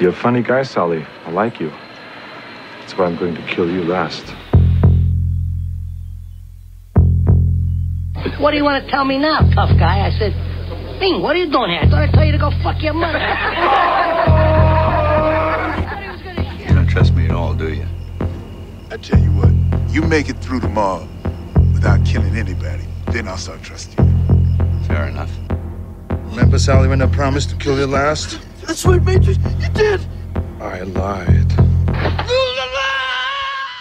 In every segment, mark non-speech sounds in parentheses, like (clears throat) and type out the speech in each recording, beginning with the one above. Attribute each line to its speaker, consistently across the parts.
Speaker 1: You're a funny guy, Sally. I like you. That's why I'm going to kill you last.
Speaker 2: What do you want to tell me now, tough guy? I said, Bing, what are you doing here? I thought I'd tell you to go fuck your mother. (laughs)
Speaker 3: You don't trust me at all, do you?
Speaker 4: I tell you what, you make it through tomorrow without killing anybody, then I'll start trusting you.
Speaker 3: Fair enough.
Speaker 5: Remember, Sally, when I promised to kill you last?
Speaker 6: That's what Major. You did.
Speaker 5: I lied.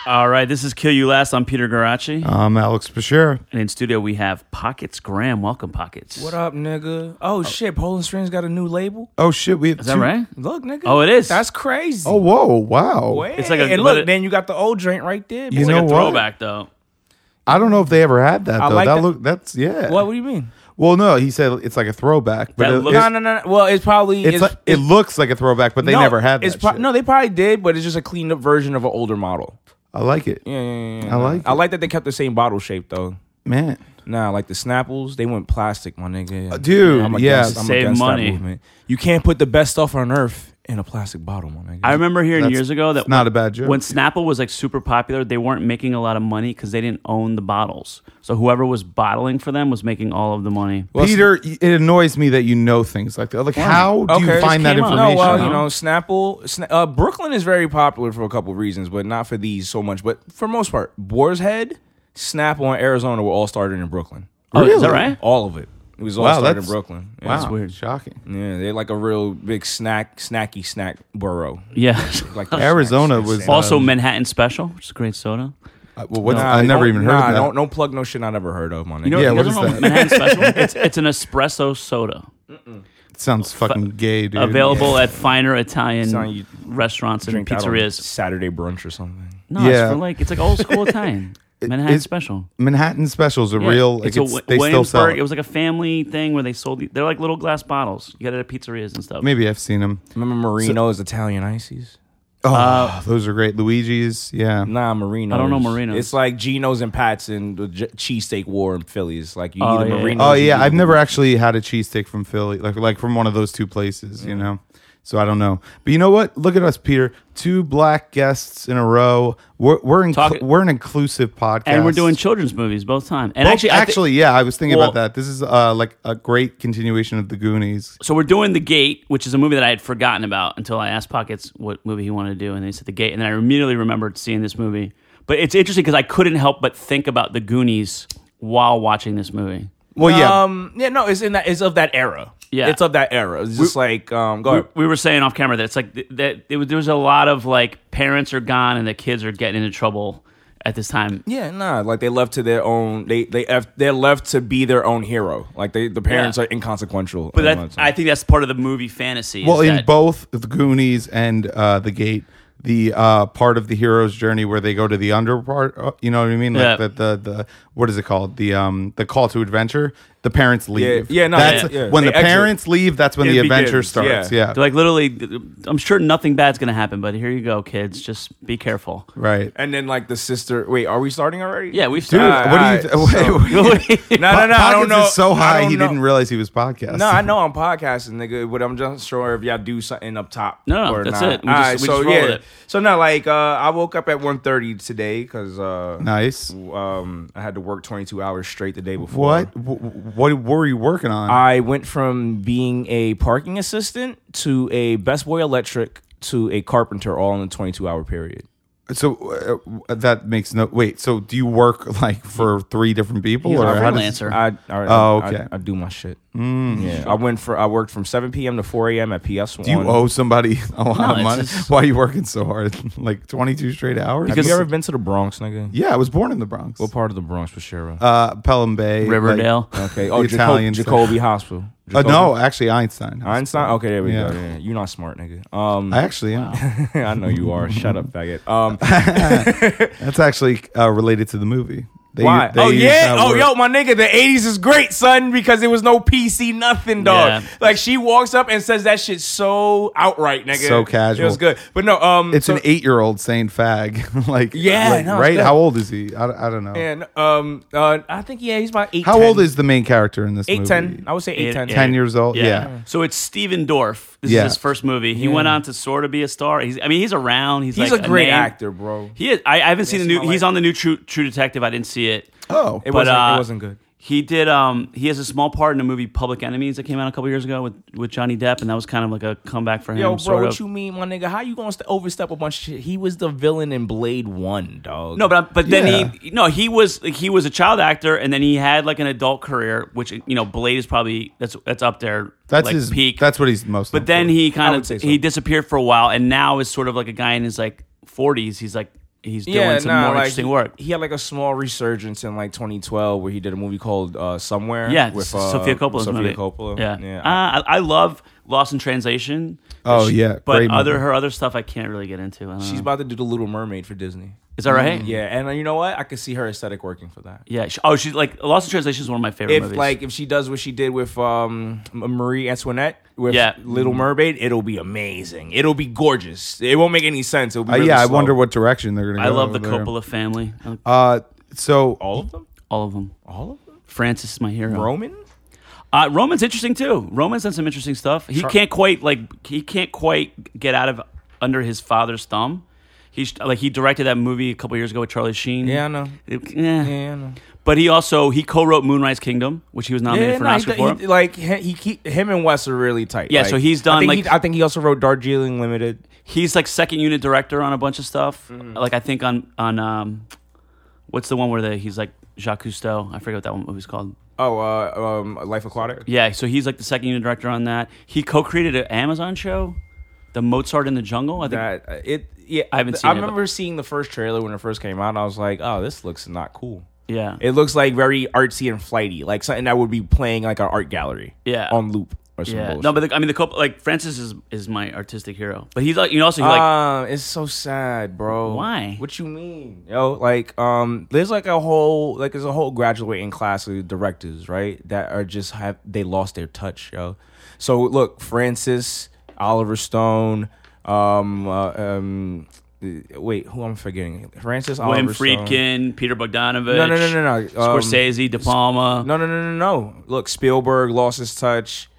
Speaker 7: All right, this is Kill You Last. I'm Peter Garachi.
Speaker 8: I'm Alex Bashir.
Speaker 7: and in studio, we have Pockets Graham. Welcome, Pockets.
Speaker 9: What up, nigga? Oh, shit, Poland Strings got a new label.
Speaker 8: Oh shit, we have
Speaker 7: Is that right?
Speaker 9: Look, nigga.
Speaker 7: Oh, it is.
Speaker 9: That's crazy.
Speaker 8: Oh whoa, wow.
Speaker 9: Way.
Speaker 7: It's like a-
Speaker 9: and
Speaker 7: but
Speaker 9: look,
Speaker 7: it-
Speaker 9: then you got the old joint right there.
Speaker 8: You
Speaker 9: bitch.
Speaker 7: It's like
Speaker 8: know
Speaker 7: a
Speaker 8: what?
Speaker 7: throwback, though.
Speaker 8: I don't know if they ever had that
Speaker 9: I
Speaker 8: though.
Speaker 9: like
Speaker 8: that
Speaker 9: that-
Speaker 8: look that's yeah.
Speaker 9: what? What do you mean?
Speaker 8: Well, no, he said it's like a throwback, but
Speaker 7: That
Speaker 8: it,
Speaker 7: looks-
Speaker 8: it-
Speaker 9: No, no, no. no. Well, it's probably
Speaker 8: it's like, it
Speaker 9: it's-
Speaker 8: looks like a throwback, but they
Speaker 9: no,
Speaker 8: never had that.
Speaker 9: it's pro-
Speaker 8: shit.
Speaker 9: No, they probably did, but it's just a cleaned up version of an older model.
Speaker 8: I like it.
Speaker 9: Yeah, yeah, yeah, yeah.
Speaker 8: I like
Speaker 9: I
Speaker 8: it.
Speaker 9: like that they kept the same bottle shape though.
Speaker 8: Man,
Speaker 9: Nah, like the Snapples, they went plastic, Oh, my nigga.
Speaker 8: Uh, dude, yeah.
Speaker 7: Save money.
Speaker 9: movement. You can't put the best stuff on earth in a plastic bottle, my nigga.
Speaker 7: I remember hearing
Speaker 8: That's-
Speaker 7: years ago that
Speaker 8: it's not a bad joke.
Speaker 7: When Snapple was like super popular, they weren't making a lot of money because they didn't own the bottles. So whoever was bottling for them was making all of the money.
Speaker 8: Peter, y- it annoys me that you know things like that. Like, how do you
Speaker 9: Okay,
Speaker 8: find
Speaker 7: just
Speaker 8: that
Speaker 7: came up.
Speaker 8: information?
Speaker 9: No, Oh, well,
Speaker 7: huh?
Speaker 9: you know, Snapple. Sna- uh, Brooklyn is very popular for a couple of reasons, but not for these so much. But for most part, Boar's Head, Snapple, and Arizona were all started in Brooklyn.
Speaker 7: Oh, is that
Speaker 8: Really?
Speaker 7: right?
Speaker 9: All of it. It was all
Speaker 8: Wow,
Speaker 9: started in
Speaker 8: that's-
Speaker 9: Brooklyn. Yeah.
Speaker 8: wow,
Speaker 7: That's weird.
Speaker 8: shocking.
Speaker 9: Yeah, they're like a real big snack, snacky snack borough.
Speaker 8: (laughs)
Speaker 7: Yeah.
Speaker 9: Like
Speaker 8: Arizona
Speaker 7: (laughs)
Speaker 8: was-
Speaker 7: also,
Speaker 8: Um,
Speaker 7: Manhattan Special, which is a great soda.
Speaker 8: Uh, well, what's,
Speaker 9: Nah,
Speaker 8: I never
Speaker 9: don't-
Speaker 8: even heard
Speaker 9: nah,
Speaker 8: of that.
Speaker 9: Don't, don't plug no shit I never heard of, my nigga.
Speaker 7: You know,
Speaker 8: Yeah,
Speaker 7: you
Speaker 8: what
Speaker 7: guys
Speaker 8: is
Speaker 7: know
Speaker 8: that?
Speaker 7: Manhattan
Speaker 8: (laughs)
Speaker 7: Special. It's, it's an espresso soda
Speaker 8: It sounds fucking gay, dude.
Speaker 7: available at finer Italian
Speaker 9: Son, you
Speaker 7: restaurants and
Speaker 9: drink that on
Speaker 7: pizzerias.
Speaker 9: Saturday brunch or something.
Speaker 7: No,
Speaker 8: Yeah.
Speaker 7: it's for like it's like old
Speaker 8: (laughs)
Speaker 7: school Italian. Manhattan
Speaker 8: it's-
Speaker 7: Special.
Speaker 8: Manhattan specials are
Speaker 7: Yeah,
Speaker 8: real. Like,
Speaker 7: it's a
Speaker 8: it's,
Speaker 7: Wi-
Speaker 8: they still
Speaker 7: Williamsburg.
Speaker 8: sell.
Speaker 7: It was like a family thing where they sold. the- They're like little glass bottles. You got it at pizzerias and stuff.
Speaker 8: Maybe I've seen them.
Speaker 9: Remember Marino's Italian ices?
Speaker 8: Oh,
Speaker 7: Uh,
Speaker 8: those are great. Luigi's, yeah.
Speaker 9: Nah, Marino's.
Speaker 7: I don't know Marino's.
Speaker 9: It's like Geno's and Pat's and the J- cheesesteak war in Philly. It's like you
Speaker 7: Oh,
Speaker 9: eat a
Speaker 7: yeah, yeah.
Speaker 9: Marino's.
Speaker 8: Oh
Speaker 9: you eat
Speaker 8: yeah,
Speaker 9: a-
Speaker 8: I've never actually had a cheesesteak from Philly, like like from one of those two places, you know. So I don't know, but you know what? Look at us, Peter. Two black guests in a row. We're we're, inclu-
Speaker 7: Talk-
Speaker 8: we're an inclusive podcast,
Speaker 7: and we're doing children's movies both time. And
Speaker 8: Well,
Speaker 7: actually,
Speaker 8: actually,
Speaker 7: I thi-
Speaker 8: yeah, I was thinking
Speaker 7: Well-
Speaker 8: about that. This is uh, like a great continuation of the Goonies.
Speaker 7: so we're doing The Gate, which is a movie that I had forgotten about until I asked Pockets what movie he wanted to do, and they said The Gate, and then I immediately remembered seeing this movie. But it's interesting because I couldn't help but think about the Goonies while watching this movie.
Speaker 8: Well, yeah,
Speaker 9: Um, yeah, no, it's in that. It's of that era.
Speaker 7: Yeah.
Speaker 9: it's of that era. It's just like um, go
Speaker 7: We,
Speaker 9: ahead.
Speaker 7: we were saying off camera that it's like th- that it was, there was a lot of like parents are gone and the kids are getting into trouble at this time.
Speaker 9: Yeah, nah, like they left to their own. They they F, they're left to be their own hero. Like they the parents
Speaker 7: Yeah.
Speaker 9: are inconsequential.
Speaker 7: But
Speaker 9: and
Speaker 7: that,
Speaker 9: what's-
Speaker 7: I think that's part of the movie fantasy. is
Speaker 8: well, in
Speaker 7: that-
Speaker 8: both the Goonies and uh, the Gate, the uh, part of the hero's journey where they go to the under part, uh, you know what I mean? Like
Speaker 7: Yeah.
Speaker 8: the, the the what is it called? The um the call to adventure. The parents leave.
Speaker 9: yeah, no,
Speaker 8: that's
Speaker 9: yeah, yeah.
Speaker 8: when
Speaker 9: They
Speaker 8: the
Speaker 9: exit.
Speaker 8: parents leave. That's when
Speaker 9: It
Speaker 8: the adventure
Speaker 9: begins,
Speaker 8: starts.
Speaker 9: yeah.
Speaker 8: Yeah,
Speaker 7: They're like literally, I'm sure nothing bad's gonna happen, but here you go, kids. Just be careful.
Speaker 8: right.
Speaker 9: and then like the sister. Wait, are we starting already?
Speaker 7: Yeah, we've
Speaker 8: Dude,
Speaker 7: started.
Speaker 8: what do you?
Speaker 9: (laughs)
Speaker 8: Th- (laughs)
Speaker 9: Alright, uh, so-
Speaker 8: wait, wait.
Speaker 9: No, no, no. I
Speaker 8: Pockets
Speaker 9: don't know.
Speaker 8: is so
Speaker 9: I
Speaker 8: high
Speaker 9: don't
Speaker 8: he
Speaker 9: know.
Speaker 8: didn't realize he was podcasting.
Speaker 9: No, I know I'm podcasting, nigga, but I'm just sure if y'all do something up top.
Speaker 7: No, no,
Speaker 9: or
Speaker 7: that's
Speaker 9: not.
Speaker 7: it. We just- we
Speaker 9: so
Speaker 7: just roll with it.
Speaker 9: So now, like, uh, I woke up at 1.30 today because uh,
Speaker 8: Nice.
Speaker 9: um, I had to work 22 hours straight the day before.
Speaker 8: What? Wh- wh- What were you working on?
Speaker 9: I went from being a parking assistant to a best boy electric to a carpenter all in a 22 hour period.
Speaker 8: So uh, that makes no wait. So do you work like for three different people
Speaker 7: He's a
Speaker 8: how does-
Speaker 7: freelancer. Sure.
Speaker 9: I, I,
Speaker 8: Oh,
Speaker 9: I-
Speaker 8: okay.
Speaker 9: I, do my shit. Yeah, I went for I worked from 7 p.m. to 4 a.m. at PS1.
Speaker 8: do you owe somebody (laughs) a lot
Speaker 7: No,
Speaker 8: of
Speaker 7: it's
Speaker 8: money?
Speaker 7: just-
Speaker 8: Why are you working so hard? (laughs) like twenty two straight hours?
Speaker 9: Have you ever been to the Bronx, nigga?
Speaker 8: yeah, I was born in the Bronx.
Speaker 9: What part of the Bronx was Shara?
Speaker 8: Uh, Pelham Bay, like-
Speaker 7: Riverdale.
Speaker 9: Okay. Oh,
Speaker 8: The
Speaker 9: Jaco-
Speaker 8: Italian stuff.
Speaker 9: Jacoby Hospital.
Speaker 8: Uh,
Speaker 9: Jacoby-
Speaker 8: no, actually Einstein.
Speaker 9: Einstein. Oh. Okay, there we
Speaker 8: Yeah.
Speaker 9: go. Yeah, you're not smart, nigga. Um,
Speaker 8: I
Speaker 9: (laughs) I,
Speaker 8: actually am.
Speaker 9: know you are. Shut up, faggot. Um,
Speaker 8: (laughs) That's actually uh, related to the movie. They,
Speaker 9: why?
Speaker 8: they
Speaker 9: oh
Speaker 8: use
Speaker 9: yeah.
Speaker 8: that
Speaker 9: Oh
Speaker 8: word.
Speaker 9: yo, my nigga, the '80s is great, son, because there was no PC, nothing, dog.
Speaker 7: Yeah.
Speaker 9: Like she walks up and says that shit so outright, nigga.
Speaker 8: So casual.
Speaker 9: It was good, but no. Um,
Speaker 8: It's
Speaker 9: so-
Speaker 8: an eight-year-old saying "fag." (laughs) like,
Speaker 9: Yeah,
Speaker 8: like,
Speaker 9: no, it's
Speaker 8: right?
Speaker 9: good.
Speaker 8: How old is he? I, I don't know.
Speaker 9: And um, uh, I think yeah, he's about eight.
Speaker 8: How old is the main character in this
Speaker 9: eight
Speaker 8: movie?
Speaker 9: ten? I would say eight
Speaker 7: Eight-
Speaker 9: ten.
Speaker 7: eight.
Speaker 8: Ten years old. yeah.
Speaker 7: So it's Steven Dorff. This
Speaker 8: Yeah.
Speaker 7: is his first movie. He went on to sort of be a star. He's, I mean, he's around. He's,
Speaker 9: He's
Speaker 7: like
Speaker 9: a great
Speaker 7: name.
Speaker 9: actor, bro.
Speaker 7: He is. I, I haven't seen the
Speaker 9: Yes,
Speaker 7: new.
Speaker 9: my
Speaker 7: He's
Speaker 9: wife-
Speaker 7: on the new True, True Detective. I didn't see it.
Speaker 8: Oh,
Speaker 9: It
Speaker 7: But,
Speaker 9: wasn't.
Speaker 7: uh,
Speaker 9: it wasn't good.
Speaker 7: He did. Um, he has a small part in the movie Public Enemies that came out a couple years ago with, with Johnny Depp, and that was kind of like a comeback for him.
Speaker 9: Yo, bro,
Speaker 7: sort
Speaker 9: what
Speaker 7: of.
Speaker 9: you mean, my nigga? How you gonna st- overstep a bunch of shit? He was the villain in Blade One, dog.
Speaker 7: No, but I'm- but then
Speaker 8: Yeah.
Speaker 7: he no he was like, he was a child actor and then he had like an adult career, which you know Blade is probably that's that's up there.
Speaker 8: that's
Speaker 7: like,
Speaker 8: his
Speaker 7: peak.
Speaker 8: That's what he's most.
Speaker 7: but
Speaker 8: known
Speaker 7: then
Speaker 8: for.
Speaker 7: he
Speaker 9: I
Speaker 7: kind of
Speaker 9: would say so.
Speaker 7: he disappeared for a while and now is sort of like a guy in his like 40s. He's like he's doing some more
Speaker 9: like,
Speaker 7: interesting
Speaker 9: he-
Speaker 7: work.
Speaker 9: He had like a small resurgence in like 2012 where he did a movie called uh, Somewhere.
Speaker 7: Yeah,
Speaker 9: with
Speaker 7: S- Sophia Coppola's
Speaker 9: Sophia
Speaker 7: movie.
Speaker 9: Coppola.
Speaker 7: Yeah,
Speaker 9: yeah.
Speaker 7: Uh, I, I love Lost in Translation.
Speaker 8: Oh,
Speaker 7: She-
Speaker 8: yeah,
Speaker 7: but
Speaker 8: great
Speaker 7: other
Speaker 8: movie.
Speaker 7: her other stuff I can't really get into. I don't
Speaker 9: She's
Speaker 7: know.
Speaker 9: about to do the Little Mermaid for Disney.
Speaker 7: is that right?
Speaker 9: Yeah, and uh, you know what? I could see her aesthetic working for that.
Speaker 7: yeah. she- oh, she's like Lost in Translation is one of my favorite
Speaker 9: If
Speaker 7: movies.
Speaker 9: like if she does what she did with um, M- Marie Antoinette with
Speaker 7: Yeah. Mm-hmm.
Speaker 9: Little Mermaid, it'll be amazing. It'll be gorgeous. It won't make any sense. It'll be
Speaker 8: Uh,
Speaker 9: really
Speaker 8: yeah, I
Speaker 9: slow.
Speaker 8: wonder what direction they're going to
Speaker 7: I
Speaker 8: go.
Speaker 7: love the
Speaker 8: there.
Speaker 7: Coppola family, Uh,
Speaker 8: Uh, so
Speaker 9: all of them.
Speaker 7: all of them.
Speaker 9: All of them.
Speaker 7: Francis is my hero.
Speaker 9: Roman.
Speaker 7: Uh, Roman's interesting too. Roman's done some interesting stuff. He can't quite like he can't quite get out of under his father's thumb. He's like he directed that movie a couple years ago with Charlie Sheen.
Speaker 9: Yeah, I know.
Speaker 7: It-
Speaker 9: Yeah, I know.
Speaker 7: But he also he co-wrote Moonrise Kingdom, which he was nominated for an
Speaker 9: no,
Speaker 7: Oscar
Speaker 9: he-
Speaker 7: for.
Speaker 9: he- like he, he, keep- him and Wes are really tight.
Speaker 7: Yeah,
Speaker 9: Like,
Speaker 7: so he's done,
Speaker 9: I think
Speaker 7: like-
Speaker 9: he, I think he also wrote Darjeeling Limited.
Speaker 7: He's like second unit director on a bunch of stuff.
Speaker 9: Mm-hmm.
Speaker 7: Like I think on on um, what's the one where the he's like Jacques Cousteau? I forget what that one movie's called.
Speaker 9: Oh, uh, um, Life Aquatic.
Speaker 7: Yeah, so he's like the second unit director on that. He co-created an Amazon show, the Mozart in the Jungle. I think
Speaker 9: That uh, it. Yeah,
Speaker 7: I haven't
Speaker 9: th-
Speaker 7: seen
Speaker 9: I
Speaker 7: it, but-
Speaker 9: remember seeing the first trailer when it first came out. and I was like, oh, this looks not cool.
Speaker 7: yeah.
Speaker 9: It looks like very artsy and flighty, like something that would be playing like an art gallery.
Speaker 7: Yeah.
Speaker 9: on loop or some
Speaker 7: Yeah,
Speaker 9: bullshit.
Speaker 7: no, but the, I mean, the couple like Francis is is my artistic hero, but he's like you know also he like
Speaker 9: Uh, it's so sad, bro.
Speaker 7: Why?
Speaker 9: What you mean, yo? Like, um, there's like a whole like there's a whole graduating class of directors, right? That are just have they lost their touch, yo. So look, Francis, Oliver Stone, um, uh, um, uh, wait, who I'm forgetting? Francis,
Speaker 7: William
Speaker 9: Oliver Stone.
Speaker 7: Friedkin, Peter Bogdanovich,
Speaker 9: No, no, no, no, no. Um,
Speaker 7: Scorsese, De Palma.
Speaker 9: No, no, no, no, no. Look, Spielberg lost his touch.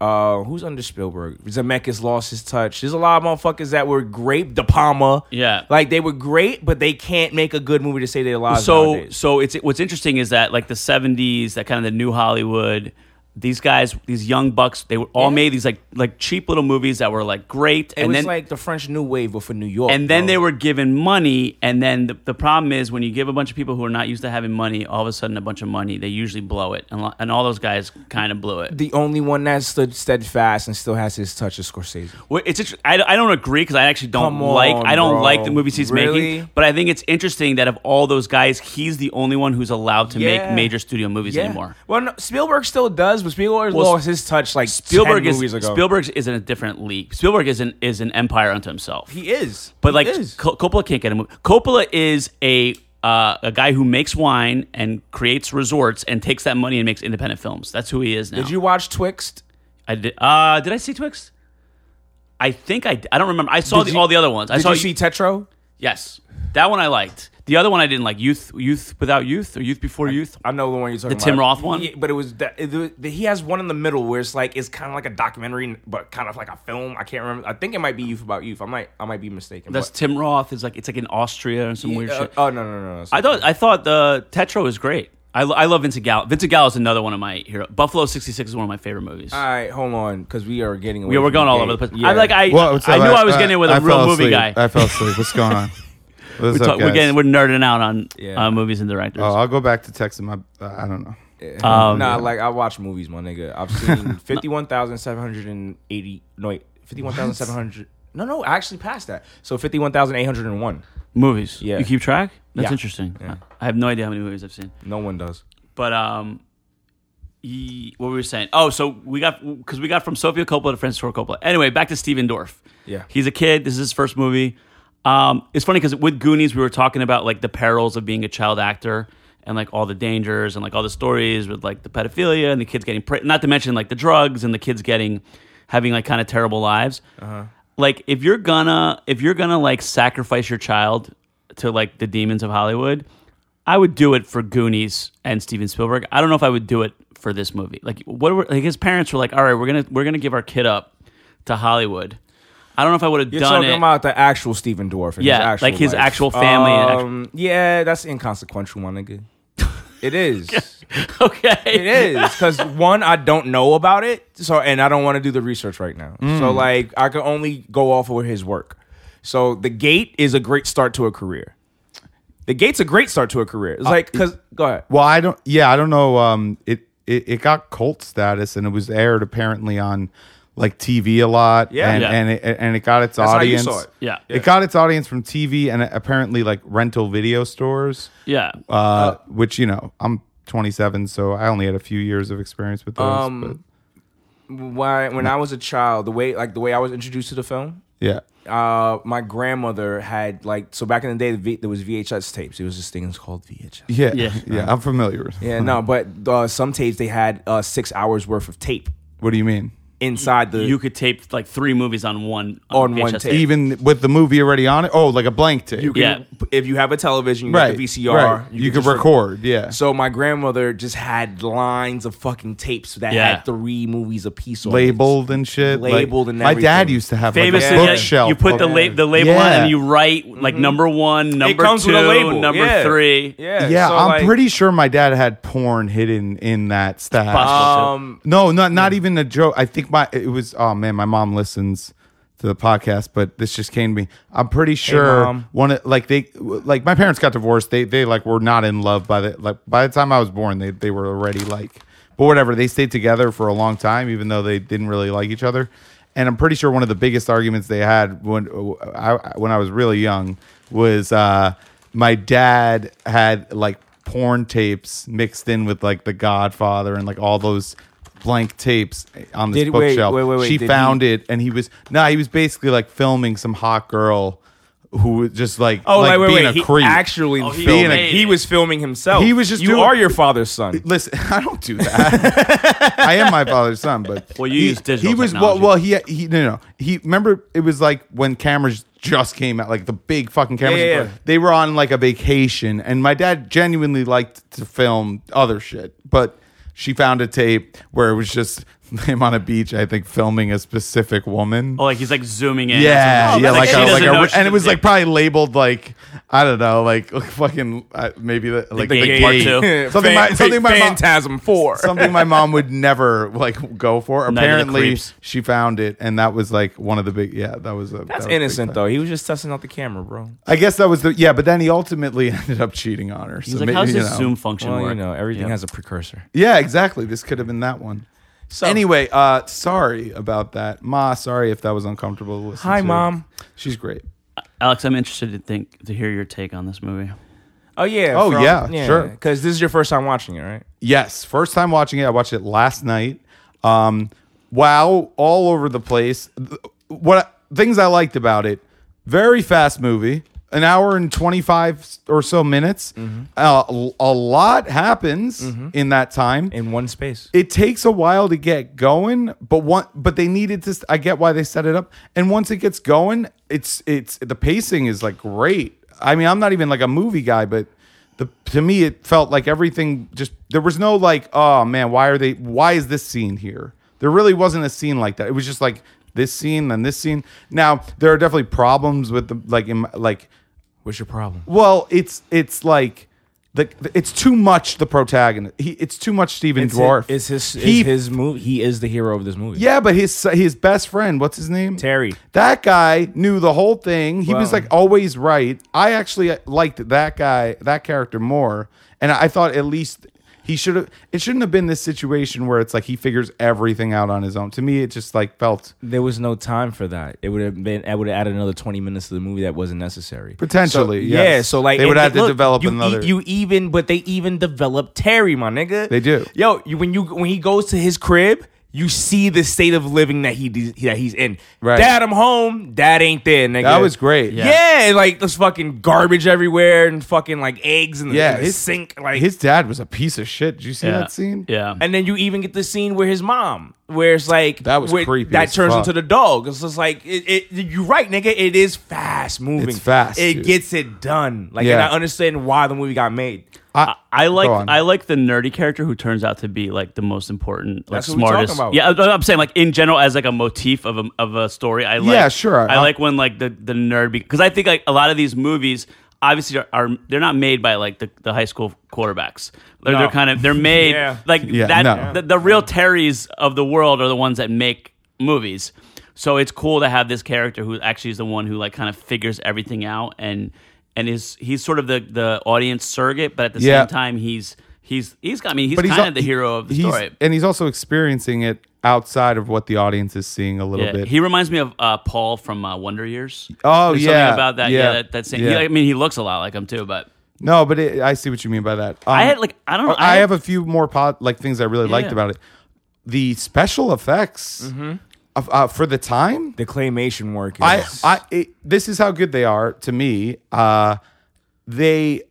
Speaker 9: Uh, who's under Spielberg? Zemeckis lost his touch. There's a lot of motherfuckers that were great. De Palma,
Speaker 7: Yeah.
Speaker 9: like they were great, but they can't make a good movie to save their lives.
Speaker 7: so
Speaker 9: nowadays.
Speaker 7: so it's what's interesting is that like the '70s, that kind of the new Hollywood. These guys, these young bucks, they were all made these like like cheap little movies that were like great,
Speaker 9: it
Speaker 7: and
Speaker 9: was
Speaker 7: then
Speaker 9: like the French New Wave, but for New York.
Speaker 7: and then
Speaker 9: bro.
Speaker 7: they were given money, and then the, the problem is when you give a bunch of people who are not used to having money, all of a sudden a bunch of money, they usually blow it, and, lo- and all those guys kind of blew it.
Speaker 9: the only one that stood steadfast and still has his touch is Scorsese.
Speaker 7: Well, it's inter- I, I don't agree because I actually don't
Speaker 9: Come on,
Speaker 7: like I don't
Speaker 9: bro.
Speaker 7: like the movies he's
Speaker 9: Really?
Speaker 7: making, but I think it's interesting that of all those guys, he's the only one who's allowed to
Speaker 9: Yeah.
Speaker 7: make major studio movies
Speaker 9: Yeah.
Speaker 7: anymore.
Speaker 9: Well, no, Spielberg still does, but Spielberg
Speaker 7: Well,
Speaker 9: lost his touch like
Speaker 7: Spielberg
Speaker 9: 10
Speaker 7: is
Speaker 9: movies ago.
Speaker 7: Spielberg is in a different league. Spielberg is an is an empire unto himself.
Speaker 9: he is,
Speaker 7: but
Speaker 9: He
Speaker 7: like
Speaker 9: is.
Speaker 7: Co- Coppola can't get a movie. Coppola is a uh, a guy who makes wine and creates resorts and takes that money and makes independent films. That's who he is now.
Speaker 9: did you watch Twixt?
Speaker 7: I did. Uh, did I see Twix? I think I. I don't remember. I saw
Speaker 9: Did
Speaker 7: the,
Speaker 9: you-
Speaker 7: all the other ones. I
Speaker 9: Did
Speaker 7: saw
Speaker 9: you see Tetro?
Speaker 7: Yes, that one I liked. The other one I didn't like. Youth, youth without youth, or youth before youth.
Speaker 9: I know the one you're talking
Speaker 7: The
Speaker 9: about.
Speaker 7: Tim Roth one?
Speaker 9: Yeah, but it was that it, was- he has one in the middle where it's like it's kind of like a documentary, but kind of like a film. I can't remember. I think it might be Youth About Youth. I might I might be mistaken.
Speaker 7: That's
Speaker 9: but,
Speaker 7: Tim Roth. Is like it's like in Austria or some weird
Speaker 9: Uh,
Speaker 7: shit.
Speaker 9: oh no no no! no.
Speaker 7: I thought I thought the Tetra was great. I, lo- I love Vincent Gallo. Vincent Gallo is another one of my hero. Buffalo '66 is one of my favorite movies.
Speaker 9: All right, hold on, because we are getting away.
Speaker 7: we were
Speaker 9: from
Speaker 7: going all
Speaker 9: gate.
Speaker 7: over the place.
Speaker 9: Ah, Yeah.
Speaker 7: I like I
Speaker 8: Well, what's
Speaker 7: I
Speaker 8: up?
Speaker 7: knew I, was getting in with a
Speaker 8: I
Speaker 7: real
Speaker 8: fell
Speaker 7: movie
Speaker 8: asleep.
Speaker 7: guy.
Speaker 8: I fell asleep. What's
Speaker 7: (laughs)
Speaker 8: going on? What's
Speaker 7: We're
Speaker 8: up,
Speaker 7: talk- we're,
Speaker 8: guys?
Speaker 7: getting, we're nerding out on
Speaker 9: Yeah.
Speaker 7: uh, movies and directors.
Speaker 8: oh, I'll go back to texting my. Uh, I don't know.
Speaker 9: (laughs)
Speaker 7: Um,
Speaker 9: nah, like I watch movies, my nigga.
Speaker 7: (laughs)
Speaker 9: I've seen fifty-one thousand seven hundred and eighty. No, wait, fifty-one thousand seven hundred. No, no, I actually passed that. So fifty-one thousand eight hundred and one.
Speaker 7: movies.
Speaker 9: Yeah.
Speaker 7: You keep track? That's
Speaker 9: Yeah.
Speaker 7: interesting. I I have no idea how many movies I've seen.
Speaker 9: No one does.
Speaker 7: But um, he, what were we saying? Oh, so we got because we got from Sofia Coppola to Francis Ford Coppola. Anyway, back to Steven Dorff.
Speaker 9: Yeah.
Speaker 7: he's a kid. This is his first movie. Um, it's funny because with Goonies, we were talking about like the perils of being a child actor and like all the dangers and like all the stories with like the pedophilia and the kids getting pre- not to mention like the drugs and the kids getting having like kind of terrible lives. Like if you're gonna if you're gonna like sacrifice your child to like the demons of Hollywood, I would do it for Goonies and Steven Spielberg. I don't know if I would do it for this movie. Like what were like his parents were like, "All right, we're going to we're going to give our kid up to Hollywood. I don't know if I would have
Speaker 9: You're
Speaker 7: done
Speaker 9: talking
Speaker 7: it.
Speaker 9: about the actual Stephen Dorff. and
Speaker 7: Yeah,
Speaker 9: his actual
Speaker 7: like his
Speaker 9: life.
Speaker 7: actual family and actual-
Speaker 9: Um, yeah, that's inconsequential,
Speaker 7: (laughs)
Speaker 9: my nigga. It is.
Speaker 7: (laughs) okay.
Speaker 9: It is because one, I don't know about it, so and I don't want to do the research right now. So
Speaker 7: Mm.
Speaker 9: like, I can only go off of his work. So the gate is a great start to a career. The gate's a great start to a career.
Speaker 7: Uh,
Speaker 9: It's like because go ahead.
Speaker 8: Well, I don't. Yeah, I don't know. Um, it it, it got cult status and it was aired apparently on like TV a lot.
Speaker 9: Yeah.
Speaker 8: and
Speaker 7: Yeah.
Speaker 8: and it, and it got its
Speaker 9: That's how you
Speaker 8: audience.
Speaker 9: saw it.
Speaker 7: Yeah.
Speaker 8: it got its audience from TV and apparently like rental video stores.
Speaker 7: Yeah.
Speaker 8: Uh, which you know, I'm 27, so I only had a few years of experience with those.
Speaker 9: Um, Why when I was a child, the way like the way I was introduced to the film,
Speaker 8: but yeah,
Speaker 9: uh, my grandmother had like so back in the day, the v- there was VHS tapes. It was this thing that's called VHS.
Speaker 8: yeah,
Speaker 7: Yeah.
Speaker 8: (laughs) yeah, I'm familiar. with
Speaker 9: Yeah, (laughs) no, but uh, some tapes they had uh, six hours worth of tape
Speaker 8: What do you mean?
Speaker 9: inside the.
Speaker 7: you could tape like three movies on one
Speaker 9: On one
Speaker 7: VHS
Speaker 9: tape.
Speaker 8: Even with the movie already on it? Oh, like a blank tape.
Speaker 9: you can-
Speaker 7: yeah.
Speaker 9: If you have a television, you got
Speaker 8: right.
Speaker 9: the VCR.
Speaker 8: right. You,
Speaker 9: can
Speaker 8: could
Speaker 9: just-
Speaker 8: record. Yeah.
Speaker 9: So my grandmother just had lines of fucking tapes that
Speaker 7: Yeah.
Speaker 9: had three movies a piece.
Speaker 8: labeled and shit. like-
Speaker 9: Labeled and
Speaker 8: My dad
Speaker 9: everything.
Speaker 8: used to have
Speaker 7: Famous,
Speaker 8: like a
Speaker 9: yeah,
Speaker 8: bookshelf.
Speaker 7: you put the,
Speaker 8: book-
Speaker 7: la- the label on
Speaker 8: Yeah.
Speaker 7: and you write like number one, number
Speaker 9: Mm-hmm. comes
Speaker 7: two,
Speaker 9: with a label,
Speaker 7: number
Speaker 9: yeah.
Speaker 7: three.
Speaker 9: Yeah,
Speaker 8: Yeah,
Speaker 9: so,
Speaker 8: I'm
Speaker 9: like,
Speaker 8: pretty sure my dad had porn hidden in that stash.
Speaker 7: Possible, too.
Speaker 9: Um,
Speaker 8: no, not not even a joke. I think my it was. Oh man, my mom listens to the podcast, but this just came to me. I'm pretty sure
Speaker 9: Mom.
Speaker 8: one of- like they like my parents got divorced. They they like were not in love by the like by the time I was born. They they were already like, but whatever. They stayed together for a long time, even though they didn't really like each other. And I'm pretty sure one of the biggest arguments they had when I when I was really young was uh, my dad had like porn tapes mixed in with like The Godfather and like all those blank tapes on this
Speaker 9: Did- wait,
Speaker 8: bookshelf.
Speaker 9: wait, wait, wait,
Speaker 8: she
Speaker 9: did
Speaker 8: found it, and he was no, he was basically like filming some hot girl who was just like
Speaker 9: Oh,
Speaker 8: like
Speaker 9: wait, wait,
Speaker 8: being
Speaker 9: wait.
Speaker 8: a
Speaker 9: He
Speaker 8: creep.
Speaker 9: actually
Speaker 7: Oh, he
Speaker 9: filming.
Speaker 7: made
Speaker 9: he
Speaker 7: it.
Speaker 9: was filming himself.
Speaker 8: He was just
Speaker 9: You
Speaker 8: doing-
Speaker 9: are your father's son.
Speaker 8: Listen, (laughs) I don't do that. (laughs) I am my father's son, but
Speaker 7: Well, you
Speaker 8: he,
Speaker 7: use digital
Speaker 8: He was
Speaker 7: technology.
Speaker 8: well. Well, he he no no. He remember it was like when cameras just came out, like the big fucking cameras.
Speaker 9: Yeah, yeah, yeah.
Speaker 8: They were on like a vacation, and my dad genuinely liked to film other shit, but she found a tape where it was just (laughs) him on a beach, I think, filming a specific woman.
Speaker 7: Oh, like he's like zooming in.
Speaker 8: Yeah,
Speaker 7: It's
Speaker 8: yeah, like
Speaker 7: she
Speaker 8: a, like
Speaker 7: doesn't
Speaker 8: a,
Speaker 7: know
Speaker 8: re-
Speaker 7: she's
Speaker 8: and it
Speaker 7: a
Speaker 8: was
Speaker 7: dick.
Speaker 8: like probably labeled like I don't know, like, (laughs) like fucking uh, maybe the, like the,
Speaker 7: gate
Speaker 8: gate.
Speaker 7: part two.
Speaker 8: (laughs) something
Speaker 9: Fan-
Speaker 8: my something my mom, (laughs)
Speaker 9: Phantasm Four.
Speaker 8: something my mom would never like go for.
Speaker 7: of the
Speaker 8: Apparently,
Speaker 7: creeps.
Speaker 8: she found it, and that was like one of the big. Yeah, that was a. that was
Speaker 9: That's
Speaker 8: a big
Speaker 9: innocent
Speaker 8: thing.
Speaker 9: though. He was just testing out the camera, bro.
Speaker 8: I guess that was the yeah, but then he ultimately (laughs) ended up cheating on her.
Speaker 7: He's like, how's this Zoom function
Speaker 9: Well,
Speaker 7: work?
Speaker 9: you know, everything
Speaker 7: Yeah.
Speaker 9: has a precursor.
Speaker 8: Yeah, exactly. This could have been that one.
Speaker 9: So
Speaker 8: anyway, uh, sorry about that, Ma. Sorry if that was uncomfortable. To listen
Speaker 9: Hi,
Speaker 8: to.
Speaker 9: Mom.
Speaker 8: She's great.
Speaker 7: Alex, I'm interested to think to hear your take on this movie.
Speaker 9: Oh yeah.
Speaker 8: Oh, yeah, sure.
Speaker 9: Because this is your first time watching it, right?
Speaker 8: Yes, first time watching it. I watched it last night. Um, wow, all over the place. Th- What things I liked about it? Very fast movie, an hour and twenty five or so minutes. Uh, a lot happens in that time.
Speaker 9: In one space.
Speaker 8: It takes a while to get going, but one but they needed to. I get why they set it up, and once it gets going, it's it's the pacing is like great. I mean, I'm not even like a movie guy, but the to me it felt like everything just there was no like oh man why are they why is this scene here? There really wasn't a scene like that. It was just like this scene then this scene. Now there are definitely problems with the like in, my- like
Speaker 9: What's your problem?
Speaker 8: well, it's it's like the it's too much the protagonist. He, it's too much Steven
Speaker 9: It's
Speaker 8: Dwarf.
Speaker 9: his, it's his,
Speaker 8: He-
Speaker 9: it's his movie. He is the hero of this movie.
Speaker 8: yeah, but his his best friend, what's his name?
Speaker 9: Terry.
Speaker 8: That guy knew the whole thing. He was
Speaker 9: Wow.
Speaker 8: like always right. I actually liked that guy, that character more, and I thought at least he should have. It shouldn't have been this situation where it's like he figures everything out on his own. To me, it just like felt
Speaker 9: There was no time for that. It would have been. I would have added another twenty minutes to the movie that wasn't necessary.
Speaker 8: Potentially,
Speaker 9: So-
Speaker 8: yes.
Speaker 9: Yeah. So like
Speaker 8: They would
Speaker 9: and-
Speaker 8: have
Speaker 9: and
Speaker 8: to
Speaker 9: look,
Speaker 8: develop
Speaker 9: you, e,
Speaker 8: another-
Speaker 9: You even, but they even developed Terry, my nigga.
Speaker 8: They do.
Speaker 9: Yo, you, when you when he goes to his crib. You see the state of living that he de- that he's in.
Speaker 8: Right.
Speaker 9: Dad, I'm home. Dad ain't there, nigga.
Speaker 8: that was great.
Speaker 9: Yeah. like there's fucking garbage everywhere and fucking like eggs in the,
Speaker 8: yeah.
Speaker 9: in the sink. Like
Speaker 8: his dad was a piece of shit. Did you see
Speaker 7: Yeah.
Speaker 8: that scene?
Speaker 7: Yeah.
Speaker 9: And then you even get the scene where his mom, where it's like
Speaker 8: That was
Speaker 9: where
Speaker 8: creepy
Speaker 9: That
Speaker 8: as
Speaker 9: turns
Speaker 8: fuck.
Speaker 9: into the dog. It's just like it, it, you're right, nigga. It is fast moving.
Speaker 8: It's fast,
Speaker 9: It
Speaker 8: dude.
Speaker 9: gets it done. Like, and
Speaker 8: Yeah.
Speaker 9: I understand why the movie got made.
Speaker 8: I,
Speaker 7: I
Speaker 8: Go
Speaker 7: like
Speaker 8: on.
Speaker 7: I like the nerdy character who turns out to be like the most important, like
Speaker 9: That's what we talking
Speaker 7: smartest.
Speaker 9: about.
Speaker 7: Yeah, I- I'm saying like in general as like a motif of a of a story. I like,
Speaker 8: Yeah, sure.
Speaker 7: I
Speaker 8: I-
Speaker 7: like when like the the nerd because I think like a lot of these movies obviously are, are they're not made by like the, the high school quarterbacks. They're, they're kind of
Speaker 9: (laughs)
Speaker 7: they're made
Speaker 9: Yeah.
Speaker 7: like
Speaker 8: Yeah,
Speaker 7: that.
Speaker 8: no.
Speaker 7: The, the real Terrys of the world are the ones that make movies. So it's cool to have this character who actually is the one who like kind of figures everything out and and is he's sort of the the audience surrogate, but at the
Speaker 8: Yeah.
Speaker 7: same time he's he's he's got I mean he's
Speaker 8: but
Speaker 7: kind
Speaker 8: he's al-
Speaker 7: of the hero of the
Speaker 8: he's-
Speaker 7: story.
Speaker 8: and he's also experiencing it outside of what the audience is seeing a little
Speaker 7: Yeah,
Speaker 8: bit.
Speaker 7: he reminds me of uh, Paul from uh, Wonder Years.
Speaker 8: Oh,
Speaker 7: There's
Speaker 8: yeah,
Speaker 7: something about that. Yeah,
Speaker 8: yeah,
Speaker 7: that, that same.
Speaker 8: yeah.
Speaker 7: he- I mean, he looks a lot like him too, but
Speaker 8: no, but it, I see what you mean by that. Um,
Speaker 7: I had, like, I don't know,
Speaker 8: I,
Speaker 7: I had-
Speaker 8: have a few more pod, like things I really liked
Speaker 7: Yeah. Mm-hmm.
Speaker 8: about it. The special effects of, uh, for the time.
Speaker 9: The claymation work. Is,
Speaker 8: I, I, it, this is how good they are to me. Uh, they,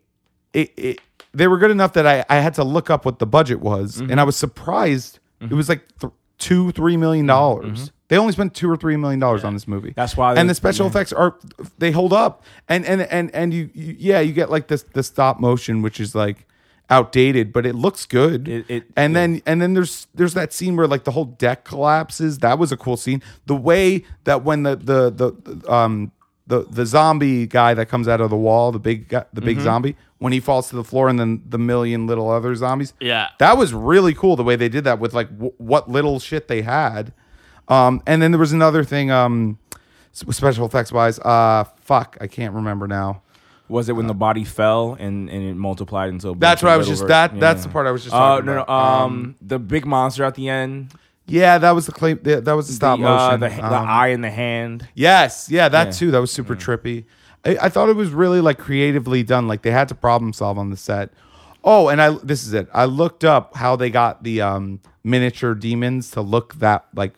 Speaker 8: it, it, they were good enough that I, I had to look up what the budget was, and I was surprised. It was like th- two, three million dollars. They only spent two or three million dollars on this movie.
Speaker 9: Mm-hmm. That's why
Speaker 8: and
Speaker 9: they-
Speaker 8: the special effects are they hold up, and and and and you, you yeah you get like this the stop motion which is like outdated but it looks good
Speaker 9: It- it-
Speaker 8: and then and then there's there's that scene where like the whole deck collapses that was a cool scene the way that when the the the um the the zombie guy that comes out of the wall the big guy, the
Speaker 9: Mm-hmm.
Speaker 8: big zombie when he falls to the floor and then the million little other zombies
Speaker 7: Yeah.
Speaker 8: that was really cool the way they did that with like w- what little shit they had um and then there was another thing um s- special effects wise uh fuck i can't remember now
Speaker 9: was it when the body fell and, and it multiplied until a
Speaker 8: That's
Speaker 9: bunch of
Speaker 8: what I was just-
Speaker 9: little ver-
Speaker 8: that- that's the part I was just
Speaker 9: Uh,
Speaker 8: talking
Speaker 9: no,
Speaker 8: about.
Speaker 9: No, um, the big monster at the end,
Speaker 8: yeah that was the claim yeah, that was the stop
Speaker 9: the, uh,
Speaker 8: motion
Speaker 9: the, the
Speaker 8: Um,
Speaker 9: eye in the hand.
Speaker 8: Yes, yeah, that too. That was super
Speaker 9: Mm-hmm.
Speaker 8: trippy. I, I thought it was really like creatively done. Like they had to problem solve on the set. Oh, and I this is it. I looked up how they got the um, miniature demons to look that like